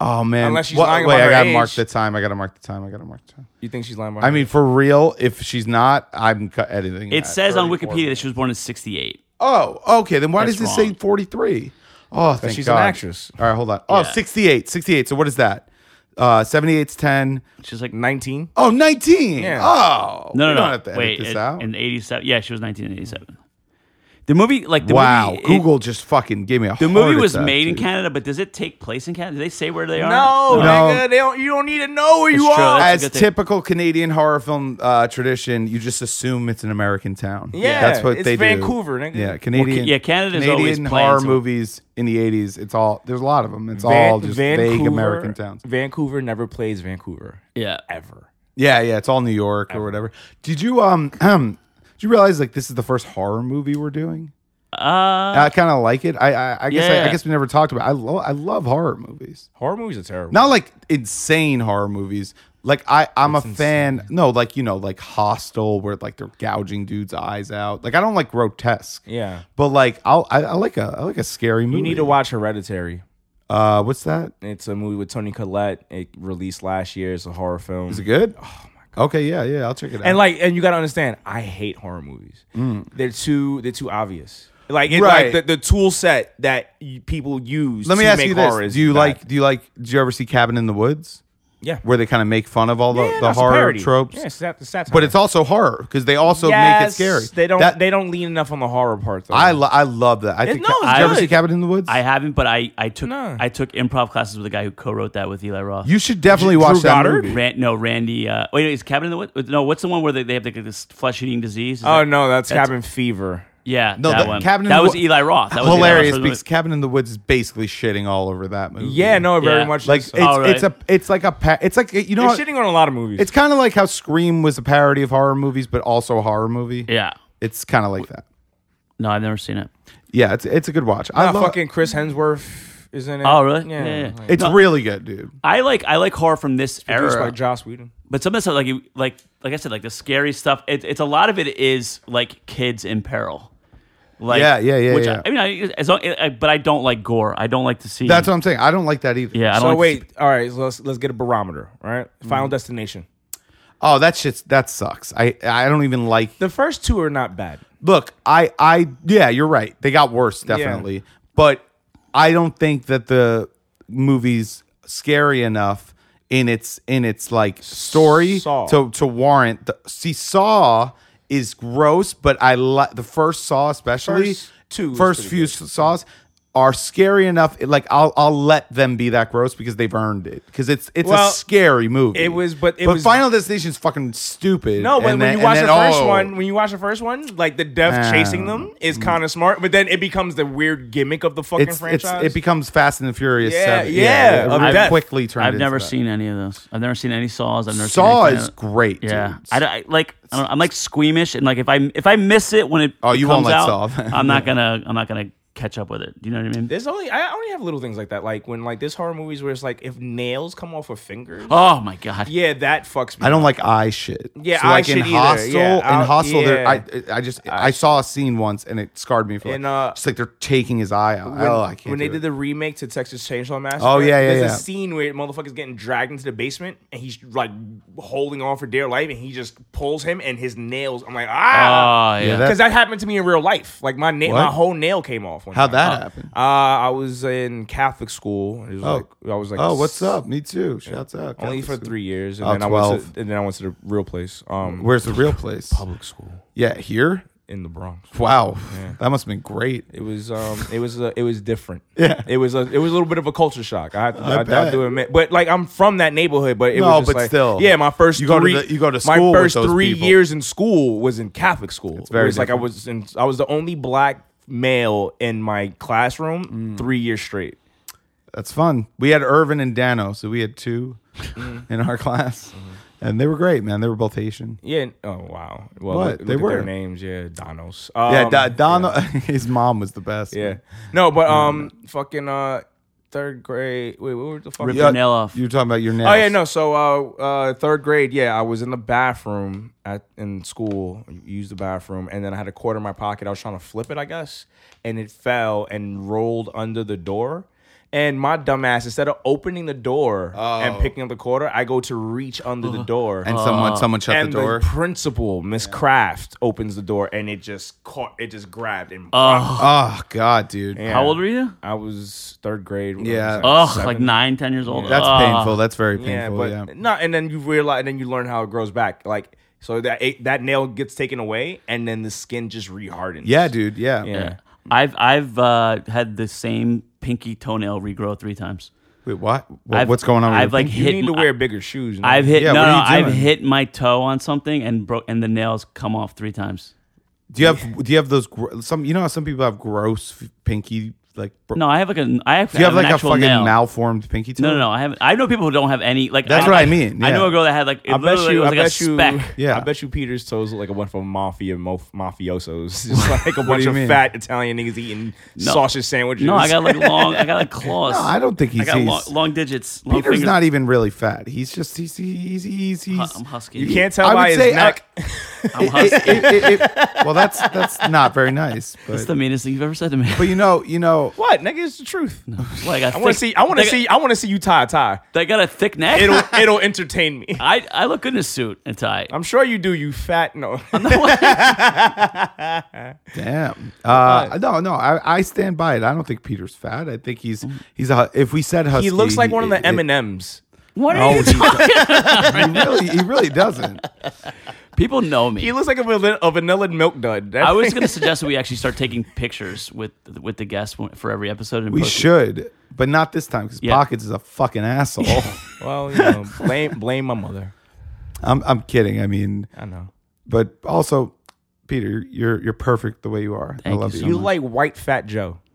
Speaker 8: Oh, man.
Speaker 9: Unless she's
Speaker 8: What-
Speaker 9: lying
Speaker 8: Wait,
Speaker 9: about
Speaker 8: I
Speaker 9: her
Speaker 8: gotta
Speaker 9: age.
Speaker 8: mark the time. I got to mark the time. I got to mark the time.
Speaker 9: You think she's lying about
Speaker 8: I
Speaker 9: her?
Speaker 8: mean, for real, if she's not, I'm cu- editing.
Speaker 7: It
Speaker 8: that.
Speaker 7: says on
Speaker 8: 34.
Speaker 7: Wikipedia that she was born in 68.
Speaker 8: Oh, okay. Then why
Speaker 7: That's
Speaker 8: does this say
Speaker 7: wrong.
Speaker 8: 43? Oh, thank
Speaker 9: she's an
Speaker 8: God.
Speaker 9: actress.
Speaker 8: All right, hold on. Oh,
Speaker 7: Yeah.
Speaker 8: 68. 68. So what is that? Uh, 78's 10.
Speaker 7: She's like, no,
Speaker 9: 19?
Speaker 8: Oh, 19.
Speaker 9: Yeah.
Speaker 8: Oh.
Speaker 7: no,
Speaker 8: we
Speaker 7: no.
Speaker 8: don't have to edit
Speaker 7: Wait,
Speaker 8: this
Speaker 7: in-
Speaker 8: out.
Speaker 7: in 87. Yeah, she was 1987. The movie, like, the
Speaker 8: wow.
Speaker 7: movie, it-
Speaker 8: Google just fucking gave me a
Speaker 7: the movie
Speaker 8: heart
Speaker 7: was
Speaker 8: attack,
Speaker 7: made in
Speaker 8: dude.
Speaker 7: Canada, but does it take place in Canada? Do they say where they are?
Speaker 9: No,
Speaker 8: No.
Speaker 9: nigga. They don't, you don't need to know where you
Speaker 7: It's true.
Speaker 9: are.
Speaker 7: That's-
Speaker 8: As
Speaker 7: That's a good thing.
Speaker 8: typical Canadian horror film uh, tradition, you just assume it's an American town.
Speaker 9: Yeah,
Speaker 8: that's what
Speaker 9: it's
Speaker 8: they do.
Speaker 9: Vancouver, nigga.
Speaker 8: Yeah, Canadian.
Speaker 7: yeah, Canada's always
Speaker 8: Canadian
Speaker 7: playing
Speaker 8: horror
Speaker 7: some-
Speaker 8: movies in the '80s. It's all there's a lot of them. It's
Speaker 9: Van-
Speaker 8: all just vague American towns.
Speaker 9: Vancouver never plays Vancouver
Speaker 7: Yeah.
Speaker 9: ever.
Speaker 8: Yeah, yeah, it's all New York or whatever. Did you um? (clears throat) did you realize like this is the first horror movie we're doing?
Speaker 7: Uh,
Speaker 8: I kind of like it. I I, I guess I, I
Speaker 7: Yeah.
Speaker 8: guess we never talked about. It. I lo- I love horror movies.
Speaker 9: Horror movies are terrible.
Speaker 8: Not like insane horror movies. Like I I'm a fan. No, like you know, like Hostel, where like they're gouging dudes' eyes out. Like I don't like grotesque.
Speaker 9: Yeah.
Speaker 8: But like I'll, I I like a I like a scary movie.
Speaker 9: You need to watch Hereditary.
Speaker 8: Uh, what's that?
Speaker 9: It's a movie with Tony Collette. It released last year. It's a horror film.
Speaker 8: Is it good? Oh my god. Okay, yeah, yeah, I'll check it out.
Speaker 9: And like, and you gotta understand, I hate horror movies. They're too, they're too obvious. Like, it,
Speaker 8: Mm. Right.
Speaker 9: like the, the tool set that y- people use.
Speaker 8: let me
Speaker 9: to
Speaker 8: ask
Speaker 9: make
Speaker 8: you
Speaker 9: horror
Speaker 8: this:
Speaker 9: is
Speaker 8: Do you
Speaker 9: bad.
Speaker 8: like? Do you like? Did you ever see Cabin in the Woods?
Speaker 9: Yeah.
Speaker 8: where they kind of make fun of all the,
Speaker 9: Yeah,
Speaker 8: the
Speaker 9: that's a
Speaker 8: horror
Speaker 9: parody.
Speaker 8: tropes.
Speaker 9: Yeah, it's sat- it's satire.
Speaker 8: but it's also horror because they also make it
Speaker 9: Yes,
Speaker 8: scary.
Speaker 9: They don't,
Speaker 8: That-
Speaker 9: they don't lean enough on the horror part. Though.
Speaker 8: I lo- I love that. I
Speaker 9: It-
Speaker 8: think.
Speaker 9: no, it's
Speaker 8: did you ever
Speaker 9: good.
Speaker 8: see Cabin in the Woods?
Speaker 7: I haven't, but I, I took
Speaker 9: No.
Speaker 7: I took improv classes with a guy who co-wrote that with Eli Roth.
Speaker 8: you should definitely
Speaker 9: Drew
Speaker 8: watch that
Speaker 9: Goddard?
Speaker 8: movie.
Speaker 7: Ran, no, Randy. Uh, wait, is Cabin in the Woods? No, what's the one where they, they have like this flesh eating disease? Is
Speaker 9: Oh
Speaker 7: that-
Speaker 9: no, that's,
Speaker 7: that's-
Speaker 9: Cabin Fever.
Speaker 7: Yeah,
Speaker 8: No,
Speaker 7: that
Speaker 8: the
Speaker 7: one.
Speaker 8: Cabin in
Speaker 7: that
Speaker 8: the
Speaker 7: was
Speaker 8: Wo-
Speaker 7: Eli Roth. That was Eli
Speaker 8: Hilarious
Speaker 7: Roth's-
Speaker 8: because Cabin in the Woods is basically shitting all over that movie.
Speaker 9: Yeah, no, very
Speaker 7: Yeah.
Speaker 9: much
Speaker 8: like
Speaker 9: so.
Speaker 8: it's,
Speaker 7: All right.
Speaker 8: it's a it's like a pa- it's like you know
Speaker 9: They're
Speaker 8: what?
Speaker 9: shitting on a lot of movies.
Speaker 8: it's kind of like how Scream was a parody of horror movies, but also a horror movie.
Speaker 7: Yeah.
Speaker 8: It's kind of like that.
Speaker 7: No, I've never seen it.
Speaker 8: Yeah, it's it's a good watch. I
Speaker 9: Nah,
Speaker 8: love
Speaker 9: Uh, fucking Chris Hemsworth is in it.
Speaker 7: Oh, really?
Speaker 9: Yeah.
Speaker 7: Yeah, yeah.
Speaker 9: Like,
Speaker 8: It's really good, dude.
Speaker 7: I like I like horror from this
Speaker 9: produced
Speaker 7: era,
Speaker 9: by Joss Whedon.
Speaker 7: but some of the stuff like you like like I said, like the scary stuff. It, it's a lot of it is like kids in peril. Like,
Speaker 8: Yeah, yeah, yeah,
Speaker 7: Which
Speaker 8: yeah.
Speaker 7: I, I mean, I, as long, I, but I don't like gore. I don't like to see.
Speaker 8: That's what I'm saying. I don't like that either.
Speaker 7: yeah. I don't
Speaker 9: So
Speaker 7: like to see-
Speaker 9: wait, all right, so let's let's get a barometer. All right?
Speaker 8: Mm-hmm.
Speaker 9: Final Destination.
Speaker 8: Oh, that shit's that sucks. I I don't even like.
Speaker 9: The first two are not bad.
Speaker 8: Look, I I yeah, you're right. They got worse definitely, but I don't think that the movie's scary enough in its in its like story
Speaker 9: Saw.
Speaker 8: to to warrant the see Saw is gross, but I like the first Saw especially
Speaker 9: First two is
Speaker 8: first
Speaker 9: pretty
Speaker 8: few Saws are scary enough. It, like I'll I'll let them be that gross because they've earned it because it's it's
Speaker 9: Well,
Speaker 8: a scary movie.
Speaker 9: it was- but it
Speaker 8: but
Speaker 9: was-
Speaker 8: Final Destination's fucking stupid.
Speaker 9: No,
Speaker 8: And
Speaker 9: but when
Speaker 8: then-
Speaker 9: you watch the
Speaker 8: and then,
Speaker 9: first
Speaker 8: oh.
Speaker 9: one, when you watch the first one, like the death
Speaker 8: Ah.
Speaker 9: chasing them is kind of smart, but then it becomes the weird gimmick of the fucking
Speaker 8: it's, it's
Speaker 9: franchise.
Speaker 8: it becomes Fast and the Furious.
Speaker 9: Yeah,
Speaker 8: 7.
Speaker 9: yeah,
Speaker 8: it
Speaker 9: of
Speaker 8: really
Speaker 9: death.
Speaker 8: quickly turned.
Speaker 7: I've
Speaker 8: into
Speaker 7: never
Speaker 8: that.
Speaker 7: seen any of those. I've never seen any saws. I've never
Speaker 8: Saw
Speaker 7: seen
Speaker 8: is
Speaker 7: anything.
Speaker 8: great. dude.
Speaker 7: Yeah, I, don't- I- like I don't, I'm like squeamish and like if I if I miss it when it
Speaker 8: Oh, you
Speaker 7: comes
Speaker 8: won't like
Speaker 7: out,
Speaker 8: Saw.
Speaker 7: (laughs) I'm
Speaker 8: (laughs)
Speaker 7: not gonna I'm not gonna catch up with it. Do you know what I mean?
Speaker 9: there's only I only have little things like that, like when like there's horror movies where it's like if nails come off of fingers.
Speaker 7: Oh my god!
Speaker 9: Yeah, that fucks me.
Speaker 8: I don't like eye shit.
Speaker 9: Yeah,
Speaker 8: so
Speaker 9: eye
Speaker 8: like in
Speaker 9: shit either.
Speaker 8: Hostel,
Speaker 9: Yeah,
Speaker 8: in
Speaker 9: I'll-
Speaker 8: Hostel, there, I
Speaker 9: yeah.
Speaker 8: I just I saw a scene once and it scarred me for like,
Speaker 9: And, uh,
Speaker 8: just like they're taking his eye out.
Speaker 9: when,
Speaker 8: oh, I can't.
Speaker 9: when they
Speaker 8: do
Speaker 9: did
Speaker 8: it.
Speaker 9: the remake to Texas Chainsaw Massacre.
Speaker 8: Oh, yeah, yeah,
Speaker 9: There's
Speaker 8: yeah.
Speaker 9: a scene where motherfuckers getting dragged into the basement and he's like holding on for dear life, and he just pulls him and his nails. I'm like ah,
Speaker 7: Oh yeah.
Speaker 8: Yeah, that-
Speaker 9: because that happened to me in real life. Like my na-
Speaker 8: What?
Speaker 9: my whole nail came off. One
Speaker 8: how'd
Speaker 9: time.
Speaker 8: that happen?
Speaker 9: Uh, I was in Catholic school. It was
Speaker 8: Oh.
Speaker 9: like I was like
Speaker 8: oh, what's up? Me too. Shouts out.
Speaker 9: Only
Speaker 8: Catholic
Speaker 9: for
Speaker 8: school.
Speaker 9: three years, and
Speaker 8: Oh,
Speaker 9: then I went
Speaker 8: 12.
Speaker 9: to and then I went to the real place. Um,
Speaker 8: Where's the real place?
Speaker 9: public school
Speaker 8: Yeah, here.
Speaker 9: in the Bronx.
Speaker 8: Wow, that must have been great.
Speaker 9: It was um, it was uh, it was different.
Speaker 8: (laughs) Yeah.
Speaker 9: it was a it was a little bit of a culture shock. I have to,
Speaker 8: I
Speaker 9: I, I
Speaker 8: bet.
Speaker 9: do admit, but like I'm from that neighborhood, but it
Speaker 8: No,
Speaker 9: was just
Speaker 8: but
Speaker 9: like-
Speaker 8: still.
Speaker 9: yeah. My first
Speaker 8: You go to
Speaker 9: three,
Speaker 8: the- you go to
Speaker 9: my
Speaker 8: school with
Speaker 9: first
Speaker 8: those
Speaker 9: three
Speaker 8: people.
Speaker 9: years in school was in Catholic school. It's
Speaker 8: very
Speaker 9: it was like I
Speaker 8: different.
Speaker 9: was in I was the only black male in my
Speaker 8: Mm.
Speaker 9: classroom three years straight. Mm-hmm.
Speaker 8: That's fun. We had Irvin and Dano, so we had two in our (laughs) class. and they were great, man. They were both Haitian.
Speaker 9: Yeah. Oh wow.
Speaker 8: What?
Speaker 9: Well, Look, look
Speaker 8: They
Speaker 9: at
Speaker 8: were.
Speaker 9: their names. Yeah, Donos.
Speaker 8: yeah,
Speaker 9: Um,
Speaker 8: Da- Don, (laughs) his mom was the best.
Speaker 9: Yeah. No, but
Speaker 8: Mm.
Speaker 9: um, fucking uh, third grade. Wait, what were the fuck?
Speaker 7: Rip your nail off.
Speaker 8: You were talking about your nails.
Speaker 9: Oh yeah, no. So uh, uh, third grade, yeah, I was in the bathroom at in school, used the bathroom, and then I had a quarter in my pocket. I was trying to flip it, I guess, and it fell and rolled under the door. And my dumbass, instead of opening the door and picking up the quarter, I go to reach under the door.
Speaker 8: Oh. Uh-huh. And someone, someone shut
Speaker 9: and
Speaker 8: the
Speaker 9: (laughs)
Speaker 8: door.
Speaker 9: principal, Miss Kraft, opens the door, and it just caught, it just grabbed and.
Speaker 8: oh God, dude.
Speaker 9: Yeah.
Speaker 7: How Uh, old were you?
Speaker 9: I was third grade. when I
Speaker 8: Yeah.
Speaker 7: Oh,
Speaker 9: was, like, seven.
Speaker 7: like nine, ten years old.
Speaker 8: That's
Speaker 7: Ugh.
Speaker 8: painful. That's very
Speaker 9: Yeah,
Speaker 8: painful.
Speaker 9: but
Speaker 8: Yeah.
Speaker 9: no, and then you realize, and then you learn how it grows back. Like so that it, that nail gets taken away, and then the skin just rehardens.
Speaker 8: Yeah, dude. Yeah.
Speaker 9: Yeah.
Speaker 7: I've I've uh, had the same pinky toenail regrow three times.
Speaker 8: Wait, what? What-
Speaker 7: I've-
Speaker 8: What's going on? with
Speaker 7: I've,
Speaker 8: your
Speaker 7: like,
Speaker 8: pinky?
Speaker 9: You
Speaker 7: Hit
Speaker 9: need to
Speaker 7: my-
Speaker 9: wear bigger shoes. no?
Speaker 7: I've hit
Speaker 8: Yeah,
Speaker 7: no,
Speaker 8: what
Speaker 7: no,
Speaker 8: are you
Speaker 7: I've
Speaker 8: doing?
Speaker 7: hit my toe on something and broke, and the nails come off three times.
Speaker 8: Do you
Speaker 7: (laughs)
Speaker 8: have do you have those gr- some you know how some people have gross f- pinky like bro-
Speaker 7: No, I have like a I have,
Speaker 8: Do you have
Speaker 7: an
Speaker 8: like a
Speaker 7: actual
Speaker 8: fucking
Speaker 7: nail.
Speaker 8: malformed pinky toe?
Speaker 7: No, no, no. I haven't. I know people who don't have any. Like
Speaker 8: That's what I mean,
Speaker 7: I know
Speaker 8: yeah.
Speaker 7: a girl that had like. It
Speaker 9: I bet
Speaker 7: literally
Speaker 9: you.
Speaker 7: was
Speaker 9: I
Speaker 7: like a
Speaker 9: bet you.
Speaker 7: speck.
Speaker 8: Yeah.
Speaker 9: I bet you Peter's toes look like a bunch of mafia mof- mafiosos. (laughs) It's like a bunch
Speaker 8: you
Speaker 9: of
Speaker 8: mean?
Speaker 9: fat Italian niggas eating
Speaker 7: No.
Speaker 9: sausage sandwiches.
Speaker 7: No, I got like long. I got like claws.
Speaker 8: (laughs) No, I don't think
Speaker 7: I
Speaker 8: he's.
Speaker 7: got
Speaker 8: he's
Speaker 7: long, long digits. Long
Speaker 8: Peter's
Speaker 7: fingers.
Speaker 8: not even really fat. He's just he's he's he's. he's
Speaker 7: I'm husky.
Speaker 9: You can't tell
Speaker 8: I would
Speaker 9: by his
Speaker 8: say, uh,
Speaker 9: neck.
Speaker 7: I'm
Speaker 8: (laughs) it-
Speaker 7: husky.
Speaker 8: it- it- it- well, that's that's not very
Speaker 7: (laughs)
Speaker 8: nice.
Speaker 7: That's
Speaker 8: But,
Speaker 7: the meanest thing you've ever said to me.
Speaker 8: but you know you know
Speaker 9: what nigga It's the truth?
Speaker 7: (laughs) like
Speaker 9: I want to see. I want to see. I want to see you tie a tie.
Speaker 7: They got a thick neck.
Speaker 9: It'll (laughs) it'll entertain me.
Speaker 7: (laughs) I I look good in a suit and tie.
Speaker 9: I'm sure you do. You fat no.
Speaker 8: damn. Uh, no no I, I stand by it. I don't think Peter's fat. I think he's he's a, if we said husky
Speaker 9: Mm. He looks like one of the
Speaker 8: it- it-
Speaker 9: M and M's.
Speaker 7: What
Speaker 8: No,
Speaker 7: are you
Speaker 8: he-
Speaker 7: talking?
Speaker 9: (laughs)
Speaker 8: He really he really doesn't.
Speaker 7: People know me.
Speaker 9: He looks like a vanilla, a vanilla milk dud. That-
Speaker 7: I was
Speaker 9: (laughs)
Speaker 7: going to suggest that we actually start taking pictures with with the guests for every episode. And
Speaker 8: We
Speaker 7: post it.
Speaker 8: should, but not this time because
Speaker 7: Yeah.
Speaker 8: Pockets is a fucking asshole.
Speaker 9: (laughs) well, you know, blame blame my mother.
Speaker 8: (laughs) I'm I'm kidding. I mean,
Speaker 9: I know.
Speaker 8: but also, Peter, you're you're perfect the way you are. I
Speaker 7: Thank
Speaker 8: love
Speaker 7: you
Speaker 8: you.
Speaker 7: so
Speaker 9: You like white fat Joe?
Speaker 8: (laughs)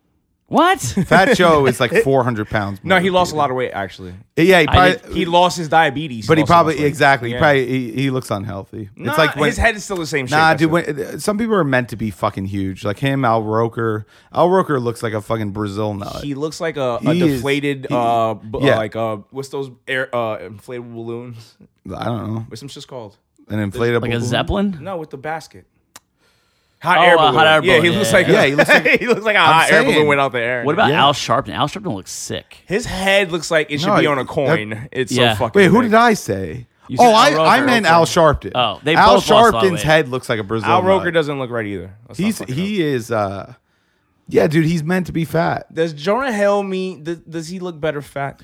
Speaker 7: What?
Speaker 8: Fat Joe is
Speaker 9: (laughs)
Speaker 8: like 400 pounds.
Speaker 9: No, he lost a lot of weight actually.
Speaker 8: Yeah, he
Speaker 7: I
Speaker 8: probably.
Speaker 9: He lost his diabetes,
Speaker 8: Uh, but he
Speaker 9: also,
Speaker 8: probably
Speaker 9: so-
Speaker 8: exactly. He
Speaker 9: Yeah.
Speaker 8: probably he, he looks unhealthy.
Speaker 9: Nah,
Speaker 8: it's like when
Speaker 9: his head is still the same.
Speaker 8: Nah,
Speaker 9: shape,
Speaker 8: dude.
Speaker 9: that's it.
Speaker 8: When, uh, some people are meant to be fucking huge, like him. Al Roker. Al Roker looks like a fucking Brazil nut.
Speaker 9: he looks like a, a
Speaker 8: He is-
Speaker 9: deflated,
Speaker 8: he-
Speaker 9: uh, b- uh,
Speaker 8: yeah.
Speaker 9: like uh, what's those air uh, inflatable balloons?
Speaker 8: I don't know.
Speaker 9: What's some shit's called?
Speaker 8: An inflatable.
Speaker 7: Like a zeppelin?
Speaker 9: No, with the basket. uh, Hot
Speaker 7: Oh,
Speaker 9: air
Speaker 7: a
Speaker 9: balloon.
Speaker 7: hot air
Speaker 9: yeah, he
Speaker 7: balloon,
Speaker 9: looks
Speaker 7: yeah,
Speaker 9: like
Speaker 8: yeah. Yeah,
Speaker 9: he
Speaker 8: he
Speaker 9: (laughs) looks
Speaker 8: looks
Speaker 9: like, a
Speaker 8: I'm
Speaker 9: hot air balloon
Speaker 8: saying.
Speaker 9: went out the air.
Speaker 7: What about
Speaker 8: Yeah.
Speaker 7: Al Sharpton? Al Sharpton looks sick.
Speaker 9: His head looks like it should
Speaker 8: No,
Speaker 9: be on a
Speaker 8: that-
Speaker 9: coin. it's
Speaker 7: Yeah.
Speaker 9: so fucking.
Speaker 8: Wait, who
Speaker 9: big.
Speaker 8: did I say?
Speaker 7: You
Speaker 8: Oh,
Speaker 7: said
Speaker 8: I,
Speaker 7: Al
Speaker 8: I
Speaker 7: Roker.
Speaker 8: meant Al Sharpton.
Speaker 7: Oh, they
Speaker 8: Al
Speaker 7: both lost a lot of
Speaker 8: Sharpton's
Speaker 7: weight.
Speaker 8: head looks like a Brazil.
Speaker 9: Al Roker
Speaker 8: nut.
Speaker 9: doesn't look right either. Let's not
Speaker 8: He's
Speaker 9: fuck it up.
Speaker 8: he is. uh Yeah, dude, he's meant to be fat.
Speaker 9: Does Jonah Hill mean? Does, does he look better fat?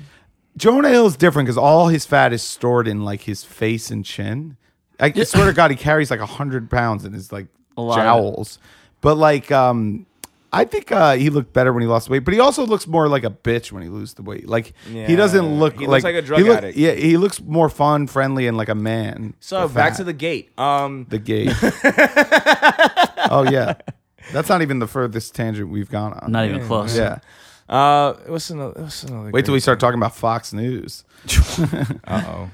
Speaker 8: Jonah Hill's different because all his fat is stored in like his face and chin. I swear to God, he carries like hundred pounds in his like
Speaker 7: lot of it.
Speaker 8: jowls. But like, um, I think uh, he looked better when he lost weight. But he also looks more like a bitch when he loses the weight. Like he doesn't
Speaker 9: Yeah.
Speaker 8: look
Speaker 9: He
Speaker 8: like
Speaker 9: looks like a drug
Speaker 8: he look-
Speaker 9: addict.
Speaker 8: Yeah, he looks more fun, friendly, and like a man.
Speaker 9: So
Speaker 8: The
Speaker 9: back
Speaker 8: fat.
Speaker 9: to the gate. Um,
Speaker 8: the
Speaker 9: (laughs)
Speaker 8: gate. oh yeah, that's not even the furthest tangent we've gone on.
Speaker 7: Not even close.
Speaker 8: yeah.
Speaker 9: uh, what's another? What's another?
Speaker 8: Wait till we start talking about Fox
Speaker 9: (laughs)
Speaker 8: News.
Speaker 9: Uh oh.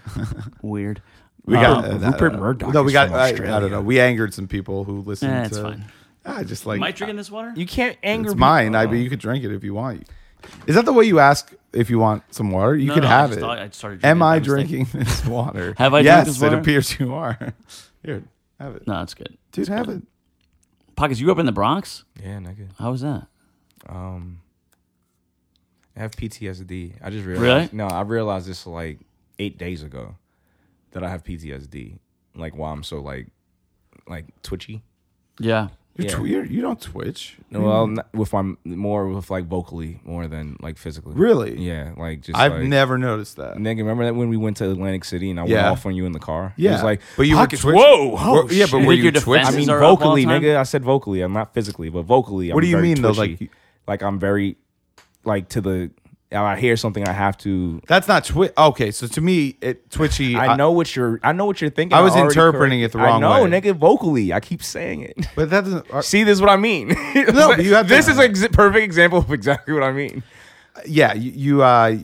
Speaker 7: Weird.
Speaker 8: We got uh,
Speaker 9: Rupert
Speaker 8: uh,
Speaker 9: Um, Murdoch
Speaker 8: No,
Speaker 9: is
Speaker 8: we got.
Speaker 9: from
Speaker 8: I, I
Speaker 9: Australia.
Speaker 8: don't know. We angered some people who listened.
Speaker 7: Eh,
Speaker 8: to,
Speaker 7: it's fine.
Speaker 8: I just like
Speaker 7: Am I drinking this water?
Speaker 9: You can't anger.
Speaker 8: it's
Speaker 9: people.
Speaker 8: mine. I mean, you could drink it if you want. Is that the way you ask if you want some water? You
Speaker 7: No,
Speaker 8: could
Speaker 7: no, I
Speaker 8: have
Speaker 7: just
Speaker 8: it.
Speaker 7: thought- I started drinking
Speaker 8: Am I
Speaker 7: by mistake.
Speaker 8: drinking this (laughs) water?
Speaker 7: Have I drank
Speaker 8: Yes,
Speaker 7: this
Speaker 8: it
Speaker 7: water?
Speaker 8: appears you are. (laughs) Here, have
Speaker 7: (laughs)
Speaker 8: it,
Speaker 7: No, that's good.
Speaker 8: dude. Have it.
Speaker 7: Pockets, you grew up in the Bronx?
Speaker 9: Yeah, nigga.
Speaker 7: How was that?
Speaker 9: Um, I have PTSD. I just realized.
Speaker 7: Really?
Speaker 9: No, I realized this like eight days ago that I have PTSD. Like why I'm so like, like twitchy.
Speaker 7: Yeah.
Speaker 8: You're
Speaker 9: Yeah.
Speaker 8: tw- you're, you don't twitch.
Speaker 9: Well, not- with my more with like vocally more than like physically.
Speaker 8: Really?
Speaker 9: Yeah, like just.
Speaker 8: I've
Speaker 9: like-
Speaker 8: never noticed that.
Speaker 9: Nigga, remember that when we went to Atlantic City and I went
Speaker 8: Yeah.
Speaker 9: off on you in the car? It
Speaker 8: Yeah,
Speaker 9: was like,
Speaker 8: but you were
Speaker 9: Pockets,
Speaker 8: twitch-
Speaker 9: whoa, oh,
Speaker 8: Were- yeah,
Speaker 9: shit.
Speaker 8: but
Speaker 7: You
Speaker 8: were
Speaker 7: think
Speaker 8: you
Speaker 7: your
Speaker 8: twitching?
Speaker 9: I
Speaker 7: defenses
Speaker 9: mean
Speaker 7: are up all the
Speaker 9: vocally,
Speaker 7: time?
Speaker 9: nigga. I said vocally. I'm not physically, but vocally.
Speaker 8: What
Speaker 9: I'm
Speaker 8: do you
Speaker 9: very
Speaker 8: mean, though?
Speaker 9: twitchy.
Speaker 8: Like-
Speaker 9: like I'm very, like to the. I hear something, I have to.
Speaker 8: That's not twitch. Okay, so to me, it twitchy.
Speaker 9: I know what you're. I know what you're thinking.
Speaker 8: I was
Speaker 9: already
Speaker 8: interpreting it the wrong
Speaker 9: I know,
Speaker 8: way.
Speaker 9: nigga. Vocally, I keep saying it. (laughs)
Speaker 8: but that doesn't. uh, are-
Speaker 9: See, this is what I mean. It's
Speaker 8: No,
Speaker 9: like-
Speaker 8: but you
Speaker 9: (laughs)
Speaker 8: have to-
Speaker 9: this is a perfect example of exactly what I mean.
Speaker 8: yeah, you, you uh,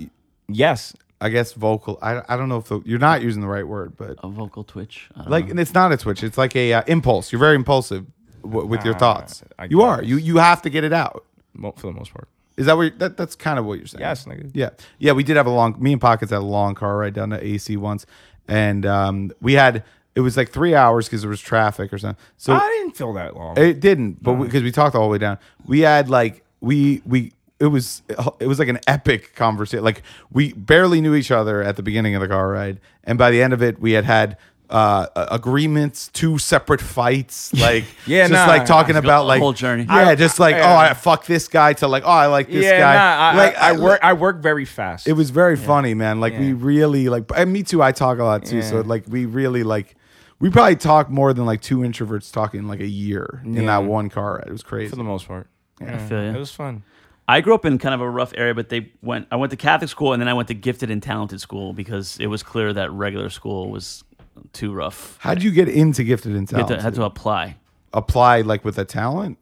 Speaker 9: Yes,
Speaker 8: I guess vocal. I, I don't know if the, you're not using the right word, but
Speaker 9: Oh,
Speaker 7: A vocal twitch. I don't
Speaker 8: like
Speaker 7: know.
Speaker 8: and it's not a twitch. It's like a uh, impulse. You're very impulsive w- with your thoughts.
Speaker 9: Uh, I
Speaker 8: You are.
Speaker 9: guess.
Speaker 8: You you have to get it out.
Speaker 9: Mo- for the most part.
Speaker 8: Is that what you're, that, that's kind of what you're saying?
Speaker 9: Yes, nigga.
Speaker 8: Yeah, yeah. We did have a long. Me and Pockets had a long car ride down to AC once, and um, we had it was like three hours because there was traffic or something. So
Speaker 9: I didn't feel that long.
Speaker 8: it didn't, but
Speaker 9: Mm.
Speaker 8: because we, talked all the way down, we had like we we it was it was like an epic conversation. Like we barely knew each other at the beginning of the car ride, and by the end of it, we had had uh a- agreements, two separate fights,
Speaker 9: (laughs)
Speaker 8: like
Speaker 9: Yeah,
Speaker 8: just
Speaker 9: nah.
Speaker 8: like talking about like
Speaker 7: whole journey.
Speaker 8: Yeah, just like
Speaker 9: yeah.
Speaker 8: oh, I fuck this guy to like oh, I like this
Speaker 9: yeah,
Speaker 8: guy.
Speaker 9: nah, I,
Speaker 8: like
Speaker 9: I, I work. I work very fast.
Speaker 8: It was very funny, man. Like we
Speaker 9: Yeah.
Speaker 8: really like, and me too. I talk a lot too, so
Speaker 9: Yeah.
Speaker 8: like we really like. We probably talk more than like two introverts talking like a year in that one car ride. It was crazy.
Speaker 9: for the most part.
Speaker 7: I feel
Speaker 9: It
Speaker 7: you.
Speaker 9: was fun.
Speaker 7: I grew up in kind of a rough area, but they went. I went to Catholic school, and then I went to gifted and talented school because it was clear that regular school was too rough.
Speaker 8: How'd you get into gifted and
Speaker 7: You had
Speaker 8: talented?
Speaker 7: to, had to apply.
Speaker 8: Apply like with a talent.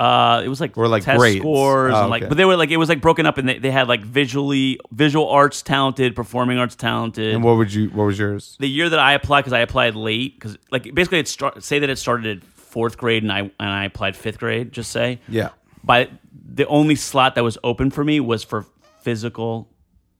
Speaker 7: Uh, it was like
Speaker 8: Or, like,
Speaker 7: test
Speaker 8: grades.
Speaker 7: scores,
Speaker 8: Oh,
Speaker 7: and like,
Speaker 8: okay.
Speaker 7: but they were like it was like broken up, and they, they had like visually visual arts talented, performing arts talented.
Speaker 8: And what would you? What was yours?
Speaker 7: the year that I applied because I applied late because like basically it start, say that it started at fourth grade and I and I applied fifth grade. Just say
Speaker 8: Yeah.
Speaker 7: By the only slot that was open for me was for physical,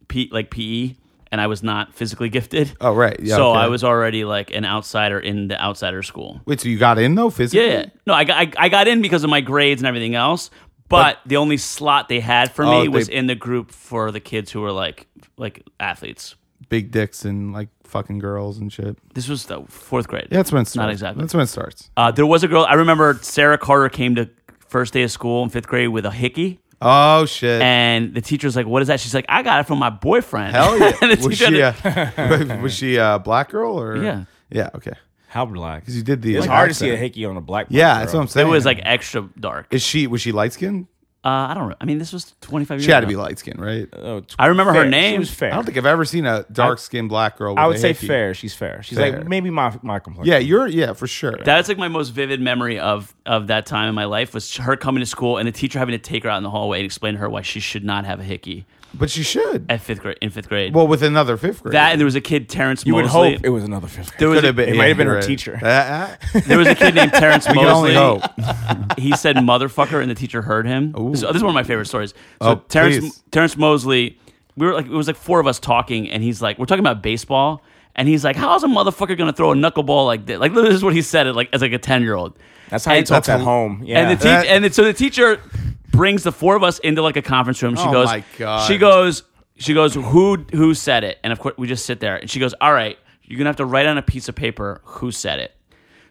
Speaker 7: P, like PE, and I was not physically gifted.
Speaker 8: Oh, right. Yeah,
Speaker 7: so
Speaker 8: okay.
Speaker 7: I was already like an outsider in the outsider school.
Speaker 8: Wait, so you got in though physically?
Speaker 7: Yeah, yeah. no, I got I, I got in because of my grades and everything else. But, the only slot they had for
Speaker 8: Oh,
Speaker 7: me
Speaker 8: they-
Speaker 7: was in the group for the kids who were like like athletes.
Speaker 8: Big dicks and like fucking girls and shit.
Speaker 7: This was the fourth grade.
Speaker 8: Yeah, that's when it starts.
Speaker 7: not exactly.
Speaker 8: That's when it starts.
Speaker 7: Uh, there was a girl I remember. Sarah Carter came to first day of school in fifth grade with a hickey,
Speaker 8: Oh shit.
Speaker 7: and the teacher's like, "What is that?" She's like, "I got it from my boyfriend."
Speaker 8: Hell yeah.
Speaker 7: (laughs) And the
Speaker 8: was
Speaker 7: teacher- (laughs)
Speaker 8: she a, (laughs) was she a black girl or?
Speaker 7: Yeah.
Speaker 8: Yeah. Okay.
Speaker 9: How black?
Speaker 8: Because you did the.
Speaker 9: It's
Speaker 8: like,
Speaker 9: hard to see a
Speaker 8: accent.
Speaker 9: hickey on a black.
Speaker 8: Yeah,
Speaker 9: girl.
Speaker 8: that's what I'm
Speaker 7: it
Speaker 8: saying.
Speaker 7: was like extra dark. Uh,
Speaker 8: Is she was she light skinned?
Speaker 7: I don't. know. I mean, this was twenty five years.
Speaker 8: She had to
Speaker 7: ago.
Speaker 8: be light skinned, right?
Speaker 9: Oh, t-
Speaker 7: I remember her
Speaker 9: fair.
Speaker 7: name.
Speaker 9: She was fair.
Speaker 8: I don't think I've ever seen a dark skinned black girl. With
Speaker 9: I would
Speaker 8: a
Speaker 9: say
Speaker 8: hickey.
Speaker 9: fair. She's fair. She's
Speaker 8: Fair.
Speaker 9: like maybe my my complexion.
Speaker 8: Yeah, you're yeah for sure.
Speaker 7: That's like my most vivid memory of of that time in my life was her coming to school and the teacher having to take her out in the hallway and explain to her why she should not have a hickey
Speaker 8: but she should.
Speaker 7: at fifth grade in fifth grade.
Speaker 8: Well, with another fifth grade,
Speaker 7: that and there was a kid Terrence.
Speaker 9: You would
Speaker 7: Mosley.
Speaker 9: hope it was another fifth grade.
Speaker 7: There was
Speaker 8: could
Speaker 7: a-
Speaker 8: have been.
Speaker 9: It might have been
Speaker 8: you're
Speaker 9: her
Speaker 8: right. (laughs)
Speaker 9: teacher.
Speaker 8: Uh, uh,
Speaker 7: There was a kid named Terrence
Speaker 9: (laughs)
Speaker 8: we
Speaker 7: Mosley.
Speaker 8: can only hope.
Speaker 7: he said motherfucker and the teacher heard him. This, this is one of my favorite stories. So
Speaker 8: Oh, please.
Speaker 7: Terrence Terrence Mosley, we were like it was like four of us talking and he's like we're talking about baseball and he's like how's a motherfucker going to throw a knuckleball like this? Like this is what he said it like as like a 10-year-old.
Speaker 9: That's how you
Speaker 7: And-
Speaker 9: talk at
Speaker 8: how-
Speaker 9: home. Yeah.
Speaker 7: And the
Speaker 8: That-
Speaker 7: teacher and then, so the teacher brings the four of us into like a conference room. She
Speaker 8: Oh
Speaker 7: goes
Speaker 8: my God.
Speaker 7: she goes she goes who who said it? And of course we just sit there and she goes all right, you're going to have to write on a piece of paper who said it.